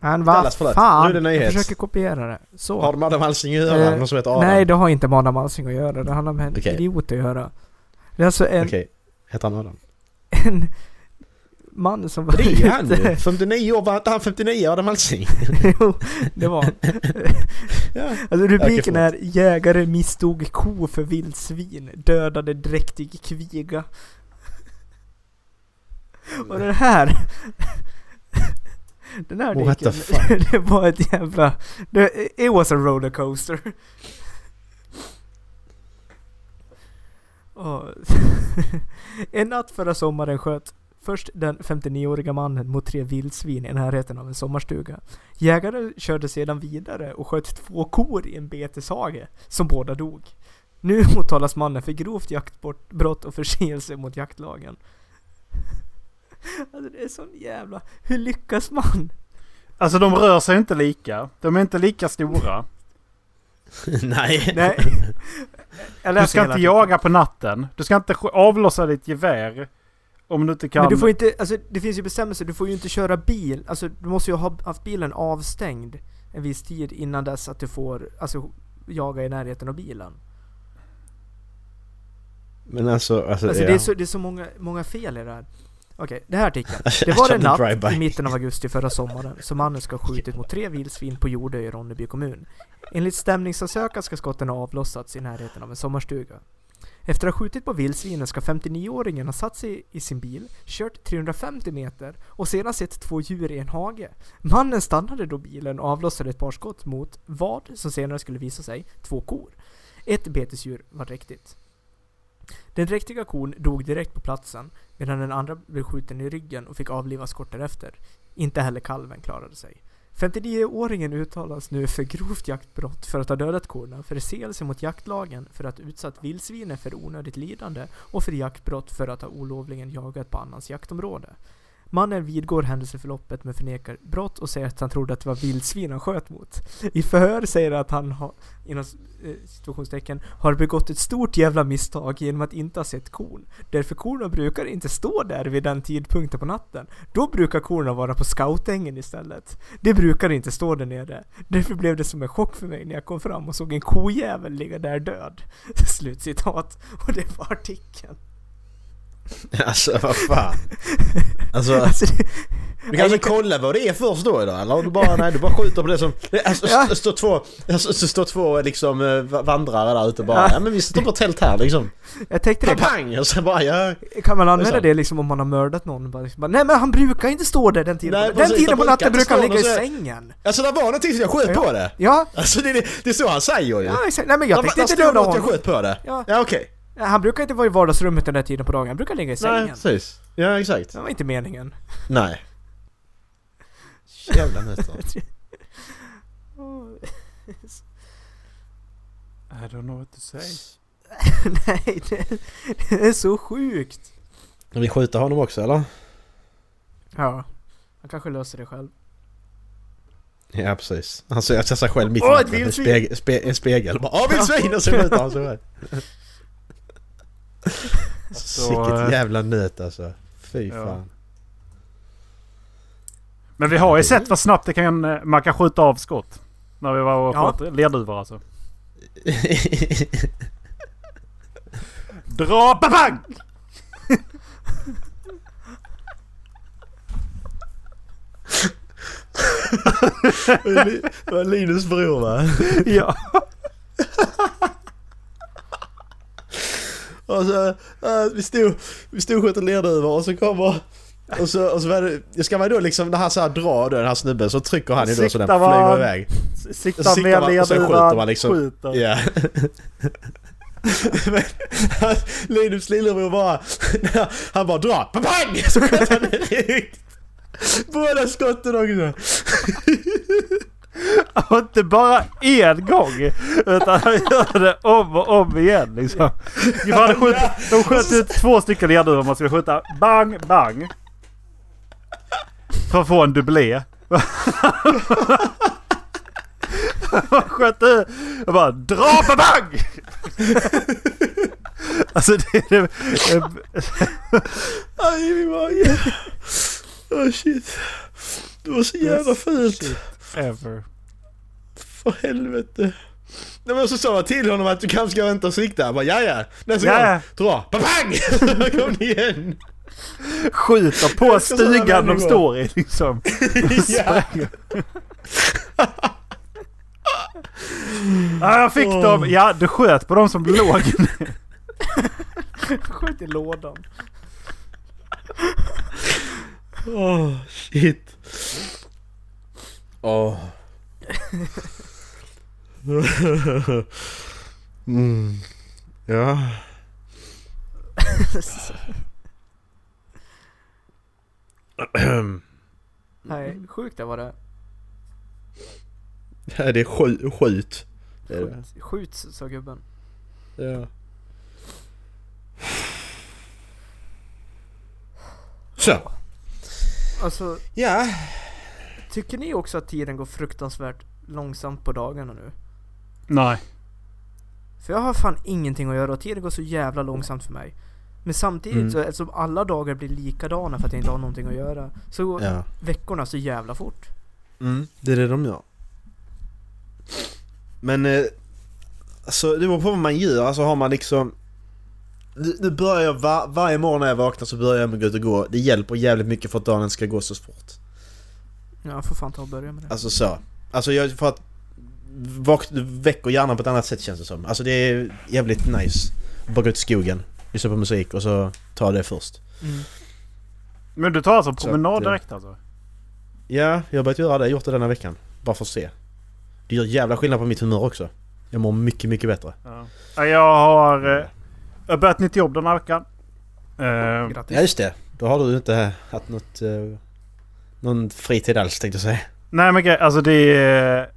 Speaker 1: Men
Speaker 2: Dallas,
Speaker 1: vad
Speaker 2: förlåt.
Speaker 1: fan!
Speaker 2: Nu är det
Speaker 1: jag
Speaker 2: nyhet.
Speaker 1: försöker kopiera det. Så.
Speaker 2: Har de Adam Alsing i öronen?
Speaker 1: Eh,
Speaker 2: någon som heter Adam?
Speaker 1: Nej, det har inte med Adam Alsing att göra. Det handlar om en
Speaker 2: Okej.
Speaker 1: idiot att göra. Det är alltså en,
Speaker 2: Okej, heter han Adam?
Speaker 1: en man som var
Speaker 2: Det är ju han ju!
Speaker 1: ute.
Speaker 2: 59 år, var inte han 59 Adam Alsing?
Speaker 1: Jo, det var han.
Speaker 2: Ja.
Speaker 1: Alltså rubriken
Speaker 2: förlåt.
Speaker 1: är Jägare misstog ko för vildsvin, dödade dräktig kviga. Och den här... Den här
Speaker 2: What the
Speaker 1: artikeln, det var ett jävla... Det, it was a rollercoaster. Och, en natt förra sommaren sköt först den 59-åriga mannen mot tre vildsvin i närheten av en sommarstuga. Jägaren körde sedan vidare och sköt två kor i en beteshage, som båda dog. Nu åtalas mannen för grovt jaktbrott och förseelse mot jaktlagen. Alltså det är sån jävla... Hur lyckas man?
Speaker 5: Alltså de rör sig inte lika. De är inte lika stora.
Speaker 2: nej.
Speaker 1: Nej. Jag
Speaker 5: Du
Speaker 1: läser
Speaker 5: ska
Speaker 1: hela
Speaker 5: inte
Speaker 1: artikeln.
Speaker 5: jaga på natten. Du ska inte sk- avlossa ditt gevär. Om du inte kan...
Speaker 1: Men du får inte, alltså det finns ju bestämmelser, du får ju inte köra bil, alltså du måste ju ha haft bilen avstängd en viss tid innan dess att du får, alltså jaga i närheten av bilen.
Speaker 2: Men alltså, alltså,
Speaker 1: Alltså
Speaker 2: ja.
Speaker 1: det är så, det är så många, många fel i det här. Okej, det här artikeln.
Speaker 2: Alltså,
Speaker 1: Det
Speaker 2: jag
Speaker 1: var en
Speaker 2: kände
Speaker 1: natt
Speaker 2: drive-by.
Speaker 1: i mitten av augusti förra sommaren som mannen ska ha skjutit mot tre vildsvin på Jordö i Ronneby kommun. Enligt stämningsansökan ska skotten ha avlossats i närheten av en sommarstuga. Efter att ha skjutit på vildsvinen ska 59-åringen ha satt sig i sin bil, kört 350 meter och sedan sett två djur i en hage. Mannen stannade då bilen och avlossade ett par skott mot vad som senare skulle visa sig två kor. Ett betesdjur var dräktigt. Den dräktiga kon dog direkt på platsen medan den andra blev skjuten i ryggen och fick avlivas kort därefter. Inte heller kalven klarade sig. 59-åringen uttalas nu för grovt jaktbrott för att ha dödat korna, förseelse mot jaktlagen för att ha utsatt vildsvinen för onödigt lidande och för jaktbrott för att ha olovligen jagat på annans jaktområde. Mannen vidgår händelseförloppet men förnekar brott och säger att han trodde att det var vildsvin han sköt mot. I förhör säger han att han har, inom eh, situationstecken, har begått ett stort jävla misstag genom att inte ha sett kon. Därför korna brukar inte stå där vid den tidpunkten på natten. Då brukar korna vara på scoutängen istället. De brukar inte stå där nere. Därför blev det som en chock för mig när jag kom fram och såg en kojävel ligga där död. Slutcitat. Och det var artikeln.
Speaker 2: Alltså vad fan. Alltså,
Speaker 1: Alltså, det,
Speaker 2: du kan alltså kolla vad det är först då idag eller? Du bara, nej, du bara skjuter på det som... Alltså,
Speaker 1: Ja.
Speaker 2: st- står två, alltså, st- står två liksom eh, va- vandrare där ute bara.
Speaker 1: Ja.
Speaker 2: Ja, men vi sitter på tält här liksom.
Speaker 1: jag tänkte det.
Speaker 2: Pang! Och så bara, ja.
Speaker 1: Kan man använda
Speaker 2: sant.
Speaker 1: det liksom om man har mördat någon? Bara, liksom, bara, nej men han brukar inte stå där den tiden.
Speaker 2: Nej,
Speaker 1: på- den
Speaker 2: precis,
Speaker 1: tiden
Speaker 2: han
Speaker 1: på
Speaker 2: brukar
Speaker 1: natten
Speaker 2: inte
Speaker 1: brukar han
Speaker 2: stå
Speaker 1: ligga i
Speaker 2: där, så-
Speaker 1: sängen.
Speaker 2: Alltså det var någonting som jag sköt på det.
Speaker 1: Ja,
Speaker 2: Alltså det, det, det är så han säger ju.
Speaker 1: ja exakt. Nej men jag tänkte inte
Speaker 2: stod
Speaker 1: döda
Speaker 2: något jag
Speaker 1: honom.
Speaker 2: sköt på det.
Speaker 1: Ja.
Speaker 2: Ja, okej.
Speaker 1: Han brukar inte vara i vardagsrummet den där tiden på dagen. Han brukar ligga i
Speaker 2: Nej,
Speaker 1: sängen.
Speaker 2: precis. Ja, exakt.
Speaker 1: Det var inte meningen.
Speaker 2: Nej. Jävla nötter.
Speaker 5: I don't know what to say.
Speaker 1: Nej, det, det är så sjukt.
Speaker 2: Ska vi skjuta honom också eller?
Speaker 1: Ja. Han kanske löser det själv.
Speaker 2: Ja, precis. Han ser alltså, sig själv mitt
Speaker 1: Åh,
Speaker 2: i
Speaker 1: ett
Speaker 2: natten. En,
Speaker 1: vildsvin!
Speaker 2: speg, spe, en spegel. Bara, Åh, vildsvin! Och så skjuter han sig själv. Sicket
Speaker 5: eh,
Speaker 2: jävla nöt alltså. Fy
Speaker 5: ja.
Speaker 2: fan.
Speaker 5: Men vi har ju sett vad snabbt det kan, eh, man kan skjuta av skott. När vi var och
Speaker 1: Ja.
Speaker 5: sköt lerduvor alltså. Dra babang!
Speaker 2: Det var Linus bror va?
Speaker 5: Ja.
Speaker 2: Och så, eh, vi stod, vi stod och sköt en lerduvor och så kommer... Och så, och så var det, jag ska man då liksom när han så här drar då den här snubben så trycker han ju då så den
Speaker 5: Siktar
Speaker 2: flyger
Speaker 5: man.
Speaker 2: iväg.
Speaker 5: Sikta
Speaker 2: Siktar
Speaker 5: ner
Speaker 2: man och sen skjuter man
Speaker 5: ledduvan,
Speaker 2: liksom.
Speaker 5: skjuter.
Speaker 2: Ja. Men han- Linus lillebror bara... Han bara drar. Pang! Så sköt han direkt. Båda skotten också.
Speaker 5: Och inte bara en gång. Utan han gör det om och om igen liksom. De hade skjut, de sköt ut två stycken lerduvor man skulle skjuta. Bang, bang. För att få en dubblé. Man sköt ut och bara dra på bang! Alltså det är det...
Speaker 2: Aj i min mage. Åh shit. Det var så jävla fult.
Speaker 5: Ever.
Speaker 2: För helvete. Nej men så sa jag till honom att du kanske ska vänta och sikta. Han bara ja ja. Nästa
Speaker 5: Ja,
Speaker 2: gång. Dra. Pang! Så kom det igen.
Speaker 5: Skjuter på
Speaker 2: Älskar sådana
Speaker 5: stugan de
Speaker 2: människor.
Speaker 5: står i liksom.
Speaker 2: ja.
Speaker 5: Ja, jag fick
Speaker 2: Åh.
Speaker 5: dem! Ja, du sköt på dem som låg.
Speaker 1: Skjut i lådan.
Speaker 2: Åh shit. Åh. mm. Ja.
Speaker 1: Nej, sjukt det var det.
Speaker 2: Ja, Det är sju, skjut. Det är det.
Speaker 1: Skjut, skjut sa gubben.
Speaker 2: Ja. Så.
Speaker 1: Alltså,
Speaker 2: Ja.
Speaker 1: tycker ni också att tiden går fruktansvärt långsamt på dagarna nu?
Speaker 5: Nej.
Speaker 1: För jag har fan ingenting att göra och tiden går så jävla långsamt för mig. Men samtidigt
Speaker 2: Mm.
Speaker 1: så eftersom alla dagar blir likadana för att jag inte har någonting att göra så går
Speaker 2: ja.
Speaker 1: veckorna så jävla fort.
Speaker 2: Mm, det är det de gör. Men, eh, alltså det beror på vad man gör. Alltså har man liksom... Nu nu börjar jag var, varje morgon när jag vaknar så börjar jag med att gå ut och gå. Det hjälper jävligt mycket för att dagen inte ska gå så fort.
Speaker 1: Ja, jag får fan ta och börja med det.
Speaker 2: Alltså så. Alltså jag, för att... Vak, väcker hjärnan på ett annat sätt känns det som. Alltså det är jävligt nice. Bara gå ut i skogen, lyssna på musik och så ta det först.
Speaker 1: Mm.
Speaker 5: Men du tar alltså
Speaker 2: Så
Speaker 5: promenad
Speaker 2: att, ja.
Speaker 5: direkt alltså?
Speaker 2: Ja, jag har börjat göra det. Jag har gjort det denna veckan. Bara för att se. Det gör jävla skillnad på mitt humör också. Jag mår mycket, mycket bättre.
Speaker 5: Ja. Ja, Jag har, eh, jag har börjat nytt jobb den här veckan. Eh,
Speaker 2: Ja
Speaker 1: Grattis.
Speaker 2: just det. Då har du inte haft något... eh, Någon fritid alls tänkte jag säga.
Speaker 5: nej men grej, alltså det är...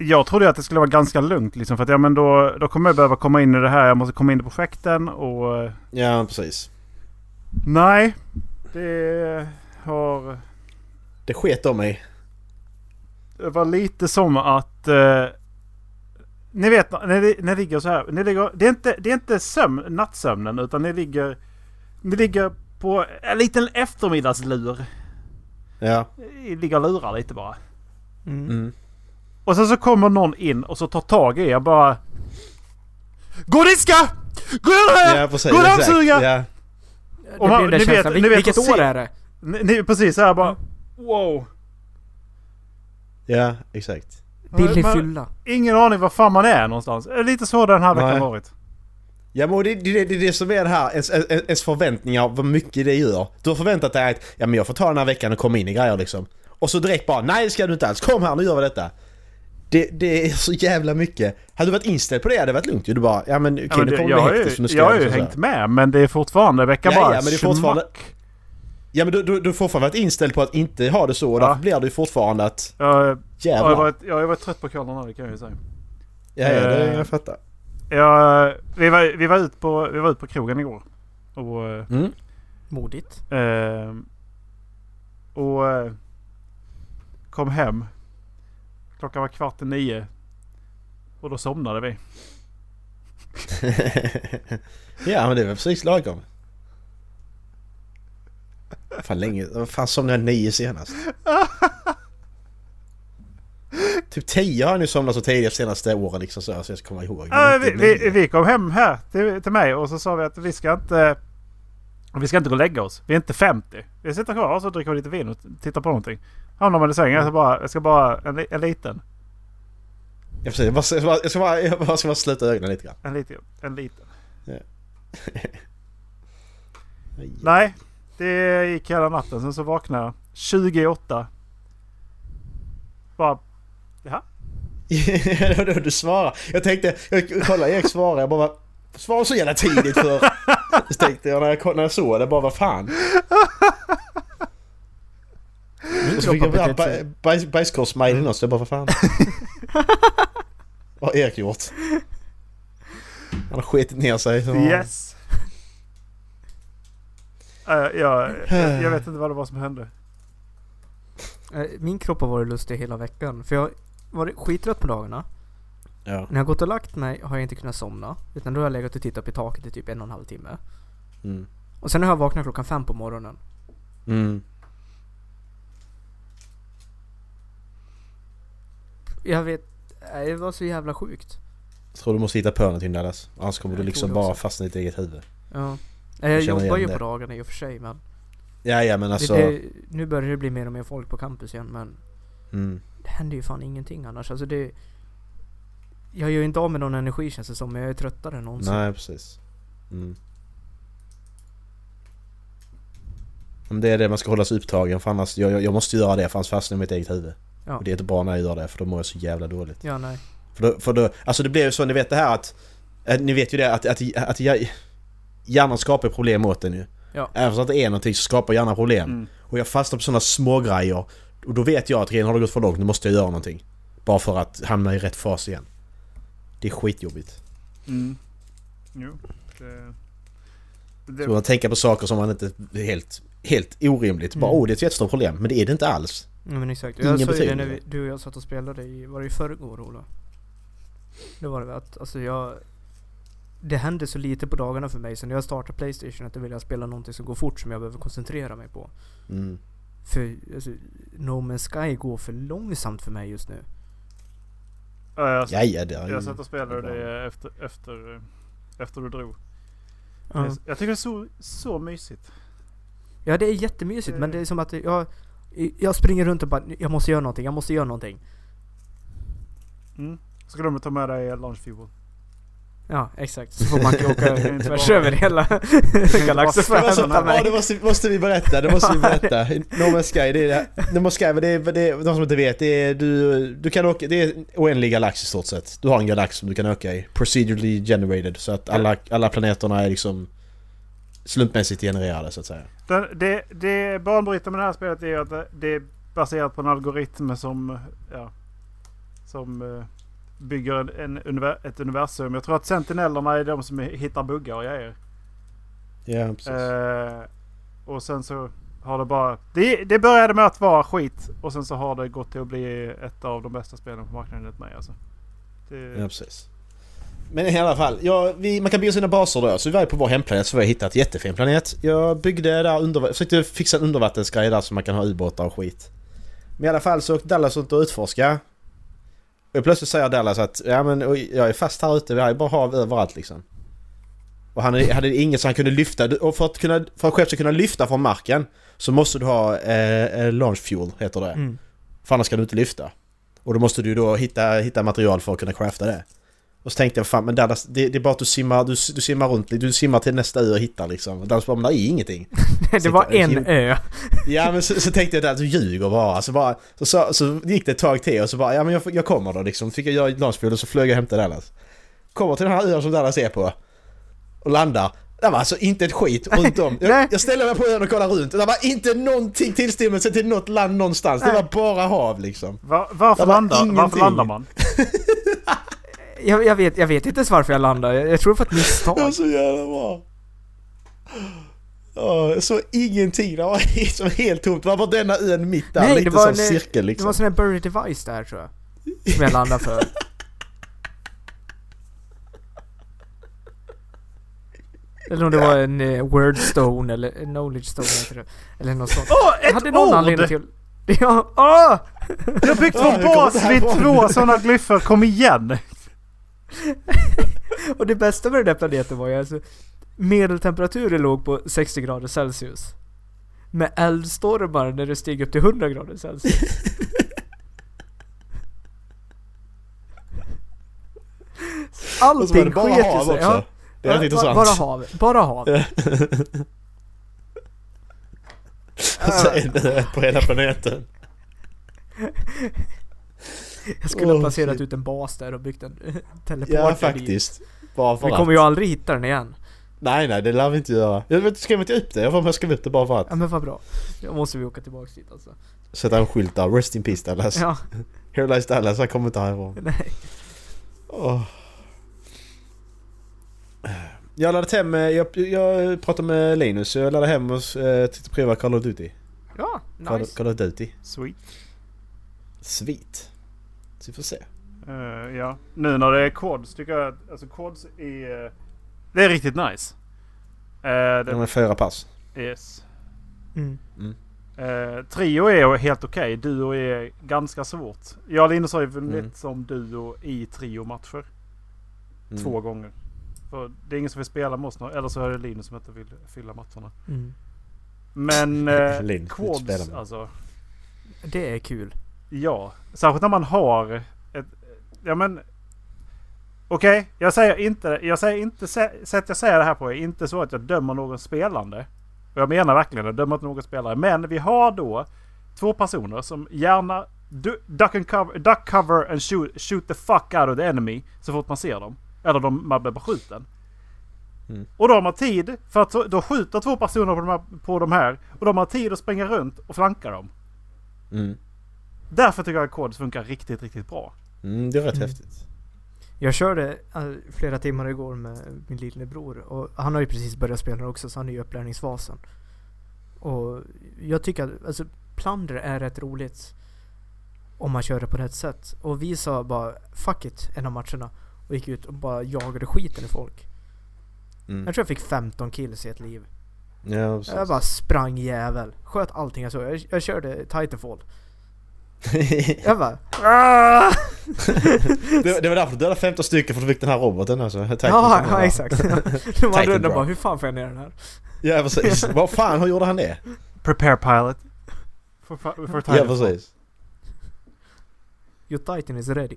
Speaker 5: Jag trodde ju att det skulle vara ganska lugnt liksom. För att ja men då, då kommer jag behöva komma in i det här. Jag måste komma in i projekten och... eh,
Speaker 2: Ja precis.
Speaker 5: Nej. Det har...
Speaker 2: Det sket om mig.
Speaker 5: Det var lite som att... Eh, ni vet när ni, ni ligger så här. Ni ligger, det är inte, det är inte sömn, nattsömnen utan ni ligger... Ni ligger på en liten eftermiddagslur.
Speaker 2: Ja.
Speaker 5: Ni ligger och lurar lite bara.
Speaker 1: Mm.
Speaker 2: Mm.
Speaker 5: Och sen så kommer någon in och så tar tag i er bara... Gå och diska! Gå och göra det här!
Speaker 2: Ja precis.
Speaker 5: Gå och
Speaker 2: exakt.
Speaker 5: dammsuga!
Speaker 2: Ja.
Speaker 1: Det
Speaker 5: Och man-
Speaker 1: blir den där
Speaker 5: ni vet-
Speaker 1: känslan,
Speaker 5: ni
Speaker 1: vil-
Speaker 5: vet
Speaker 1: vilket
Speaker 5: att se-
Speaker 1: år är det?
Speaker 5: Ni, ni är precis så här bara... Wow!
Speaker 2: ja exakt.
Speaker 1: Billig
Speaker 5: Man-
Speaker 1: fylla.
Speaker 5: Ingen aning var fan man är någonstans. Lite så den här veckan
Speaker 2: Nej.
Speaker 5: varit.
Speaker 2: Ja men det, det, det är det som är det här, ens, ens, ens förväntningar, vad mycket det gör. Du har förväntat dig att ja, men jag får ta den här veckan och komma in i grejer liksom. Och så direkt bara nej det ska du inte alls, kom här nu gör vi detta. Det, det är så jävla mycket. Hade du varit inställd på det hade det varit lugnt ju. Du bara ja men okej
Speaker 5: Ja, men
Speaker 2: nu
Speaker 5: det,
Speaker 2: kommer
Speaker 5: jag
Speaker 2: det
Speaker 5: har
Speaker 2: hektiskt
Speaker 5: ju,
Speaker 2: som du ska
Speaker 5: jag har
Speaker 2: göra,
Speaker 5: ju
Speaker 2: så här.
Speaker 5: hängt med men det är fortfarande veckan
Speaker 2: Ja,
Speaker 5: bara
Speaker 2: ja, men det är fortfarande-
Speaker 5: schmack.
Speaker 2: Ja men du, du, du har fortfarande varit inställd på att inte ha det så och
Speaker 5: Ja.
Speaker 2: därför blir det ju fortfarande att
Speaker 5: Jag, jag,
Speaker 2: jävlar.
Speaker 5: har
Speaker 2: Ja,
Speaker 5: varit, jag har varit trött på kvällarna det kan jag ju säga.
Speaker 2: ja, det,
Speaker 5: eh,
Speaker 2: jag fattar.
Speaker 5: Jag, vi, var, vi, var ut på, vi var ut på krogen igår. Och, eh,
Speaker 2: Mm.
Speaker 1: Modigt.
Speaker 5: eh, och eh, kom hem. Klockan var kvart i nio. Och då somnade vi.
Speaker 2: ja men det var precis lagom. Fan länge, vad fan somnade jag nio senast? Typ 10 har jag nu somnat så tidigt de senaste åren liksom så, här, så jag ska komma ihåg. Men
Speaker 5: Ja,
Speaker 2: inte
Speaker 5: vi, vi,
Speaker 2: nio.
Speaker 5: vi kom hem här till, till mig och så sa vi att vi ska inte... Vi ska inte gå och lägga oss. Vi är inte 50. Vi sitter kvar och så dricker vi lite vin och tittar på någonting. Hamnar man i sängen så bara... Jag ska bara... En, li- en liten.
Speaker 2: Ja, precis. Jag, bara, jag, bara, jag, ska bara, jag bara ska bara sluta ögonen lite grann.
Speaker 5: En liten. En liten.
Speaker 2: Nej.
Speaker 5: Nej. Det gick hela natten. Sen så vaknade jag. 28. Bara...
Speaker 2: det var då du svarade. Jag tänkte, jag kollade Erik svarade, jag bara Svara så jävla tidigt för... Så tänkte jag när jag, när jag såg det bara, vad fan? Och så fick jag bara baj- bajs- bajskorvssmilen
Speaker 1: Mm.
Speaker 2: också, jag bara, vad fan? vad har Erik gjort? Han har skitit ner sig. så-
Speaker 5: Yes! Äh, jag, jag, jag vet inte vad det var som hände.
Speaker 1: Eh, Min kropp har varit lustig hela veckan. För jag har varit skittrött på dagarna.
Speaker 2: Ja.
Speaker 1: När jag har gått och lagt mig har jag inte kunnat somna. Utan då har jag legat och tittat upp i taket i typ en och en halv timme.
Speaker 2: Mm.
Speaker 1: Och sen har jag vaknat klockan fem på morgonen.
Speaker 2: Mm.
Speaker 1: Jag vet... nej, Det var så jävla sjukt.
Speaker 2: Jag tror du måste hitta på någonting Dallas. Annars kommer
Speaker 1: Jag
Speaker 2: du
Speaker 1: tror
Speaker 2: liksom
Speaker 1: det
Speaker 2: bara
Speaker 1: också.
Speaker 2: fastna i ditt eget huvud.
Speaker 1: Ja. Eh,
Speaker 2: Jag
Speaker 1: Jag
Speaker 2: känner
Speaker 1: jobbar
Speaker 2: igen
Speaker 1: ju
Speaker 2: det.
Speaker 1: på dagarna i och för sig men...
Speaker 2: Ja, ja men alltså...
Speaker 1: Det, det, nu börjar det bli mer och mer folk på campus igen men...
Speaker 2: Mm.
Speaker 1: Det händer ju fan ingenting annars. Alltså det... Jag gör ju inte av med någon energi känns det som, men jag är tröttare än någonsin.
Speaker 2: Nej, precis. Mm. Men det är det man ska hålla sig upptagen för annars, jag, jag, jag måste göra det för annars fastnar jag i mitt eget huvud.
Speaker 1: Ja.
Speaker 2: Och det är inte bra när jag gör det för då mår jag så jävla dåligt.
Speaker 1: Ja, nej.
Speaker 2: För då, för då alltså det blir ju så, ni vet det här att, eh, ni vet ju det att, att, att jag, hjärnan skapar problem åt en ju.
Speaker 1: Ja.
Speaker 2: Även om det inte är någonting så skapar hjärnan problem.
Speaker 5: Mm.
Speaker 2: Och jag fastnar på sådana små grejer Och då vet jag att redan har det gått för långt, nu måste jag göra någonting. Bara för att hamna i rätt fas igen. Det är skitjobbigt.
Speaker 5: Mm. Jo. Det, det,
Speaker 2: Så man tänker på saker som man inte det är helt, helt orimligt. Bara
Speaker 1: Mm.
Speaker 2: åh, det är ett jättestort problem. Men det är det inte alls.
Speaker 1: Ja, men exakt. Alltså,
Speaker 2: Ingen
Speaker 1: Jag sa ju det när vi,
Speaker 2: betydelse.
Speaker 1: du och jag satt och spelade i, var det i förrgår Ola? Det var det väl att, alltså jag... Det händer så lite på dagarna för mig så när jag startar Playstation att då vill jag spela någonting som går fort som jag behöver koncentrera mig på.
Speaker 2: Mm.
Speaker 1: För alltså, No Man's Sky går för långsamt för mig just nu.
Speaker 5: ja, jag,
Speaker 2: Ja, ja, det är
Speaker 5: Jag
Speaker 2: ju...
Speaker 5: satt och spelade
Speaker 2: det är
Speaker 5: det efter, efter, eh, efter du drog.
Speaker 1: Ja,
Speaker 5: Jag, jag tycker det är så, så mysigt.
Speaker 1: Alltså, ja det är jättemysigt men det är som att jag... Jag springer runt och bara, jag måste göra någonting, jag måste göra någonting.
Speaker 5: Mm. Ska de ta med dig Launch Fuel?
Speaker 1: Ja, exakt. Så får man åka tvärs över hela
Speaker 5: inte
Speaker 1: galaxen för
Speaker 5: vara-
Speaker 1: att
Speaker 2: Alltså,
Speaker 1: hämta
Speaker 2: ja, det
Speaker 1: mig.
Speaker 2: måste, måste vi berätta, det måste vi berätta. No Man's Sky, det är det här- No Man's Sky, det är, det är, de som inte vet, det är, du, du kan åka, det är en oändlig galax i stort sett. Du har en galax som du kan åka i, procedurally generated, så att alla, alla planeterna är liksom slumpmässigt genererade så att säga.
Speaker 5: Den, det, det banbrytande med det här spelet är att det- det är baserat på en algoritm som, ja, som eh, bygger en, en, univer- ett universum. Jag tror att Sentinellerna är de som hittar buggar och grejer.
Speaker 2: Ja, precis.
Speaker 5: Eh, och sen så har det bara... Det, det började med att vara skit och sen så har det gått till att bli ett av de bästa spelen på marknaden enligt mig alltså. Det,
Speaker 2: Ja, precis. Men i alla fall, ja, vi, man kan bygga sina baser då. Så vi var ju på vår hemplanet så vi har hittat jättefin planet. Jag byggde där under, försökte fixa en undervattensgrej där så man kan ha ubåtar och skit. Men i alla fall så åkte Dallas runt och utforska. Och plötsligt säger Dallas att ja, men, oj, jag är fast här ute, vi har ju bara hav överallt liksom. Och han hade inget så han kunde lyfta. Och för att, kunna, för att skepp ska kunna lyfta från marken så måste du ha eh, eh, launch fuel, heter det.
Speaker 1: Mm.
Speaker 2: För annars kan du inte lyfta. Och då måste du då hitta, hitta material för att kunna crafta det. Och så tänkte jag fan men Dallas, det, det är bara att du simmar, du, du simmar runt, du simmar till nästa ö och hittar liksom. Och Dallas bara men där är ingenting.
Speaker 1: Det var en ö.
Speaker 2: Ja men så, så tänkte jag Dallas du ljuger bara. Så, bara så, så, så gick det ett tag till och så bara ja men jag, får- jag kommer då liksom. Fick jag göra ett landsbord och så flög jag och hämtade Dallas. Kommer till den här ön som Dallas är på. Och landar. Där var alltså inte ett skit runt om.
Speaker 1: Nej.
Speaker 2: Jag, jag ställde mig på ön och kollade runt. Det var inte någonting tillstymmelse till något land någonstans. Det
Speaker 1: Nej.
Speaker 2: var bara hav liksom.
Speaker 5: Va- varför,
Speaker 2: Det var
Speaker 5: landar, varför
Speaker 2: ingenting.
Speaker 5: landar man?
Speaker 1: Jag, jag, vet, jag vet inte ens varför jag landade. Jag, jag tror för att misstag.
Speaker 2: Det var så jävla bra. Ja, jag såg ingenting. Det var liksom helt tomt. Det var bara denna ön mitt där.
Speaker 1: Nej, det
Speaker 2: lite
Speaker 1: var
Speaker 2: sån
Speaker 1: en- eh,
Speaker 2: cirkel
Speaker 1: Det
Speaker 2: liksom.
Speaker 1: var en sån här buried device där tror jag. Som jag landade för. Eller om det var en eh, wordstone eller en knowledge stone heter det. Eller något sånt.
Speaker 5: Åh, ett
Speaker 1: jag hade någon
Speaker 5: ord!
Speaker 1: anledning till... Ja, åh!
Speaker 5: Jag har byggt
Speaker 2: Ja, hur kommer
Speaker 5: vår
Speaker 2: det
Speaker 5: bas
Speaker 2: här
Speaker 5: vid
Speaker 2: ifrån?
Speaker 5: två sådana glyfer. Kom igen!
Speaker 1: Och det bästa med den där planeten var ju alltså medeltemperaturen låg på 60 grader Celsius. Med eldstormar när det steg upp till 100 grader Celsius.
Speaker 2: Och så var det
Speaker 1: Allting
Speaker 2: bara
Speaker 1: sket ju
Speaker 2: hav
Speaker 1: sig.
Speaker 2: också.
Speaker 1: Ja,
Speaker 2: Det är rätt
Speaker 1: ba-
Speaker 2: intressant.
Speaker 1: Bara hav. Bara hav.
Speaker 2: Så är det på hela planeten.
Speaker 1: Jag skulle ha
Speaker 2: Åh,
Speaker 1: placerat
Speaker 2: shit.
Speaker 1: ut en bas där och byggt en eh, teleport.
Speaker 2: Ja,
Speaker 1: dit.
Speaker 2: faktiskt. Bara för
Speaker 1: Vi
Speaker 2: att.
Speaker 1: kommer ju aldrig hitta den igen.
Speaker 2: Nej, nej, det lär vi inte göra. Jag vet, skrev inte upp det? Jag får jag skrev upp det bara för att.
Speaker 1: Ja men vad bra. Då måste vi åka tillbaks dit alltså.
Speaker 2: Sätta en skylt där. Rest in peace Dallas.
Speaker 1: Ja,
Speaker 2: Here lies Dallas, han kommer inte härifrån.
Speaker 1: nej.
Speaker 2: Åh. Jag laddade hem, eh, jag, jag pratade med Linus, så jag laddade hem och eh, tittade prova Call of Duty.
Speaker 1: Ja,
Speaker 2: Call,
Speaker 1: nice.
Speaker 2: Call of Duty.
Speaker 5: Sweet.
Speaker 2: Svit. Så vi får se.
Speaker 5: Eh, ja. Nu när det är Quads tycker jag att alltså Quads är... eh, det är riktigt nice. Eh,
Speaker 2: Det
Speaker 5: det,
Speaker 2: är fyra pass.
Speaker 5: yes.
Speaker 1: Mm.
Speaker 5: Eh, trio är helt okej. Duo är ganska svårt. Jag och Linus har ju vunnit
Speaker 2: Mm.
Speaker 5: som duo i trio-matcher.
Speaker 2: Mm.
Speaker 5: Två gånger. För det är ingen som vill spela med oss nu. Eller så är det Linus som inte vill fylla matcherna.
Speaker 1: Mm.
Speaker 5: Men
Speaker 2: Linus
Speaker 5: eh,
Speaker 2: vill inte spela
Speaker 5: Quads
Speaker 2: med.
Speaker 5: alltså.
Speaker 1: Det är kul.
Speaker 5: Ja, särskilt när man har ett... Ja men... Okej, jag säger inte... Jag säger inte... sä- Sätt jag säger det här på är inte så att jag dömer någon spelande. Och jag menar verkligen jag dömer inte någon spelare. Men vi har då två personer som gärna du, duck, and cover, duck cover and shoot, shoot the fuck out of the enemy så fort man ser dem. Eller de, man blir beskjuten.
Speaker 2: Mm.
Speaker 5: Och då har man tid för att då skjuter två personer på de, här, på de här. Och de har tid att springa runt och flanka dem.
Speaker 2: Mm.
Speaker 5: Därför tycker jag att Kods funkar riktigt, riktigt bra.
Speaker 2: Mm, det är rätt
Speaker 1: Mm.
Speaker 2: häftigt.
Speaker 1: Jag körde eh, flera timmar igår med min lillebror och han har ju precis börjat spela också så han är i upplärningsfasen. Och jag tycker att alltså, plunder är rätt roligt om man kör det på rätt sätt. Och vi sa bara 'fuck it' en av matcherna och gick ut och bara jagade skiten i folk.
Speaker 2: Mm.
Speaker 1: Jag tror jag fick 15 kills i ett liv.
Speaker 2: Ja, precis.
Speaker 1: Jag bara sprang jävel. Sköt allting jag såg. Jag, jag körde Titanfall. Jag bara "Ah!"
Speaker 2: det, det var därför du dödade 15 stycken för att du fick den här roboten alltså. Titan,
Speaker 1: Ja,
Speaker 2: som
Speaker 1: ja
Speaker 2: var-
Speaker 1: exakt. Det var
Speaker 2: Titan
Speaker 1: en runda
Speaker 2: drop.
Speaker 1: bara, hur fan får jag ner den här?
Speaker 2: Ja, precis. Vad fan, hur gjorde han det?
Speaker 5: Prepare pilot. For, for, for
Speaker 2: Ja,
Speaker 5: Titanfall.
Speaker 2: precis.
Speaker 1: Your Titan is ready.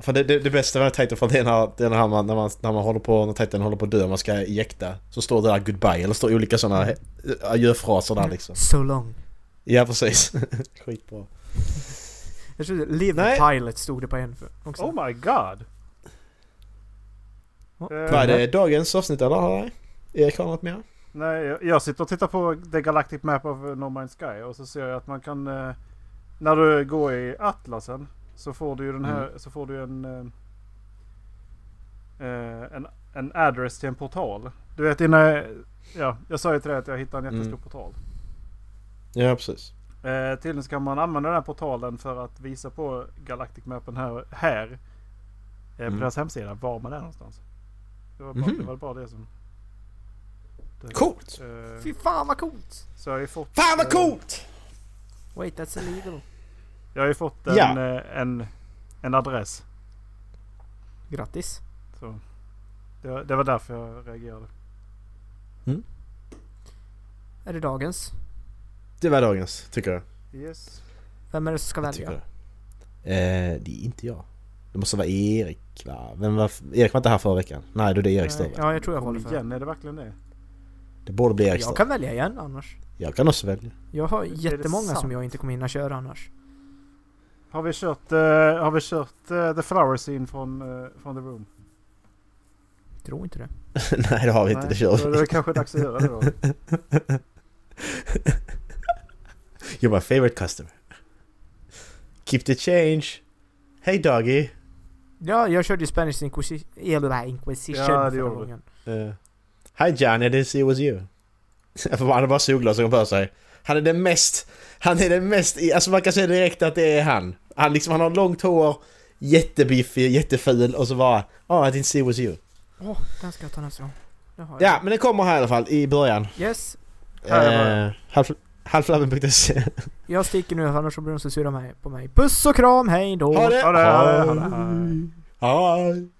Speaker 2: För det, det, det bästa med Titanfall det är när, det är när, man, när, man, när man håller på, när Titan håller på att dö och man ska ejekta. Så står det där 'goodbye' eller står olika sådana adjöfraser där liksom.
Speaker 1: So long.
Speaker 2: Ja, precis. Skitbra.
Speaker 1: Jag trodde Live
Speaker 2: Nej.
Speaker 1: Pilot stod det på en för också.
Speaker 5: Oh my god.
Speaker 1: Ja.
Speaker 5: Eh,
Speaker 2: Vad är det dagens avsnitt eller? Har jag- Erik har något mer?
Speaker 5: Nej, jag- jag sitter och tittar på The Galactic Map of No Man's Sky och så ser jag att man kan... eh, När du går i atlasen så får du ju den här... Så får du en, eh, eh, en... En address till en portal. Du vet innan... Ja, jag sa ju till dig att jag hittade en jättestor
Speaker 2: Mm.
Speaker 5: portal.
Speaker 2: Ja, precis.
Speaker 5: Eh, tydligen så kan man använda den här portalen för att visa på Galactic-mappen här, här eh, på
Speaker 2: Mm.
Speaker 5: deras hemsida, var man är någonstans. Det var bara
Speaker 2: Mhm.
Speaker 5: det, var bara det som... Det,
Speaker 2: Coolt!
Speaker 5: Eh,
Speaker 1: Fy fan vad coolt!
Speaker 5: så jag har ju fått...
Speaker 2: Fan vad
Speaker 5: eh,
Speaker 2: coolt!
Speaker 1: Wait that's illegal.
Speaker 5: Jag har ju fått en,
Speaker 2: Ja.
Speaker 5: eh, en, en adress.
Speaker 1: Grattis.
Speaker 5: Så. Det, var- det var därför jag reagerade.
Speaker 1: Är det dagens?
Speaker 2: Det var dagens, tycker jag.
Speaker 5: Yes.
Speaker 1: Vem är det som ska
Speaker 2: Tycker
Speaker 1: välja?
Speaker 2: jag. Eh, det är inte jag. Det måste vara Erik va? Vem var, Erik var inte här förra veckan. Nej, då är det
Speaker 1: Eh,
Speaker 2: Erik Störberg.
Speaker 1: Ja, jag tror jag
Speaker 5: Kom
Speaker 1: håller för.
Speaker 5: igen, är det verkligen det?
Speaker 2: Det borde bli Erik
Speaker 1: Jag
Speaker 2: Störberg.
Speaker 1: kan välja igen annars.
Speaker 2: Jag kan också välja.
Speaker 1: Jag har
Speaker 5: det
Speaker 1: jättemånga som
Speaker 5: sant?
Speaker 1: jag inte kommer hinna köra annars.
Speaker 5: Har vi kört, eh, har vi kört eh, The Flower Scene från, eh, från The Room?
Speaker 1: Tror inte det.
Speaker 2: Nej, det har vi inte.
Speaker 5: Nej,
Speaker 2: Det kör vi.
Speaker 5: då är det kanske dags att göra det då.
Speaker 2: You're my favorite customer. Keep the change. Hey doggy.
Speaker 1: Ja, jag körde ju Spanish Inquisition, eller Inquisition
Speaker 5: Ja, det
Speaker 1: förra
Speaker 5: gjorde du.
Speaker 1: gången.
Speaker 2: Eh, Hi Johnny, I didn't see it was you. Han hade bara solglasögon på sig. Han är den mest... Han är den mest... Alltså man kan säga direkt att det är han. Han, liksom, han har långt hår, jättebiffig, jätteful och så bara... Oh, I didn't see it was you.
Speaker 1: Åh, den ska jag ta nästa gång. Det har
Speaker 2: Ja,
Speaker 1: jag.
Speaker 2: men det kommer här i alla fall i början.
Speaker 1: Yes.
Speaker 5: Här är
Speaker 2: Eh, halv, Halflabben.se.
Speaker 1: Jag sticker nu annars så blir de så sura mig- på mig. Puss och kram, hej då!
Speaker 2: Ha det!
Speaker 5: Ha det!
Speaker 2: Hej!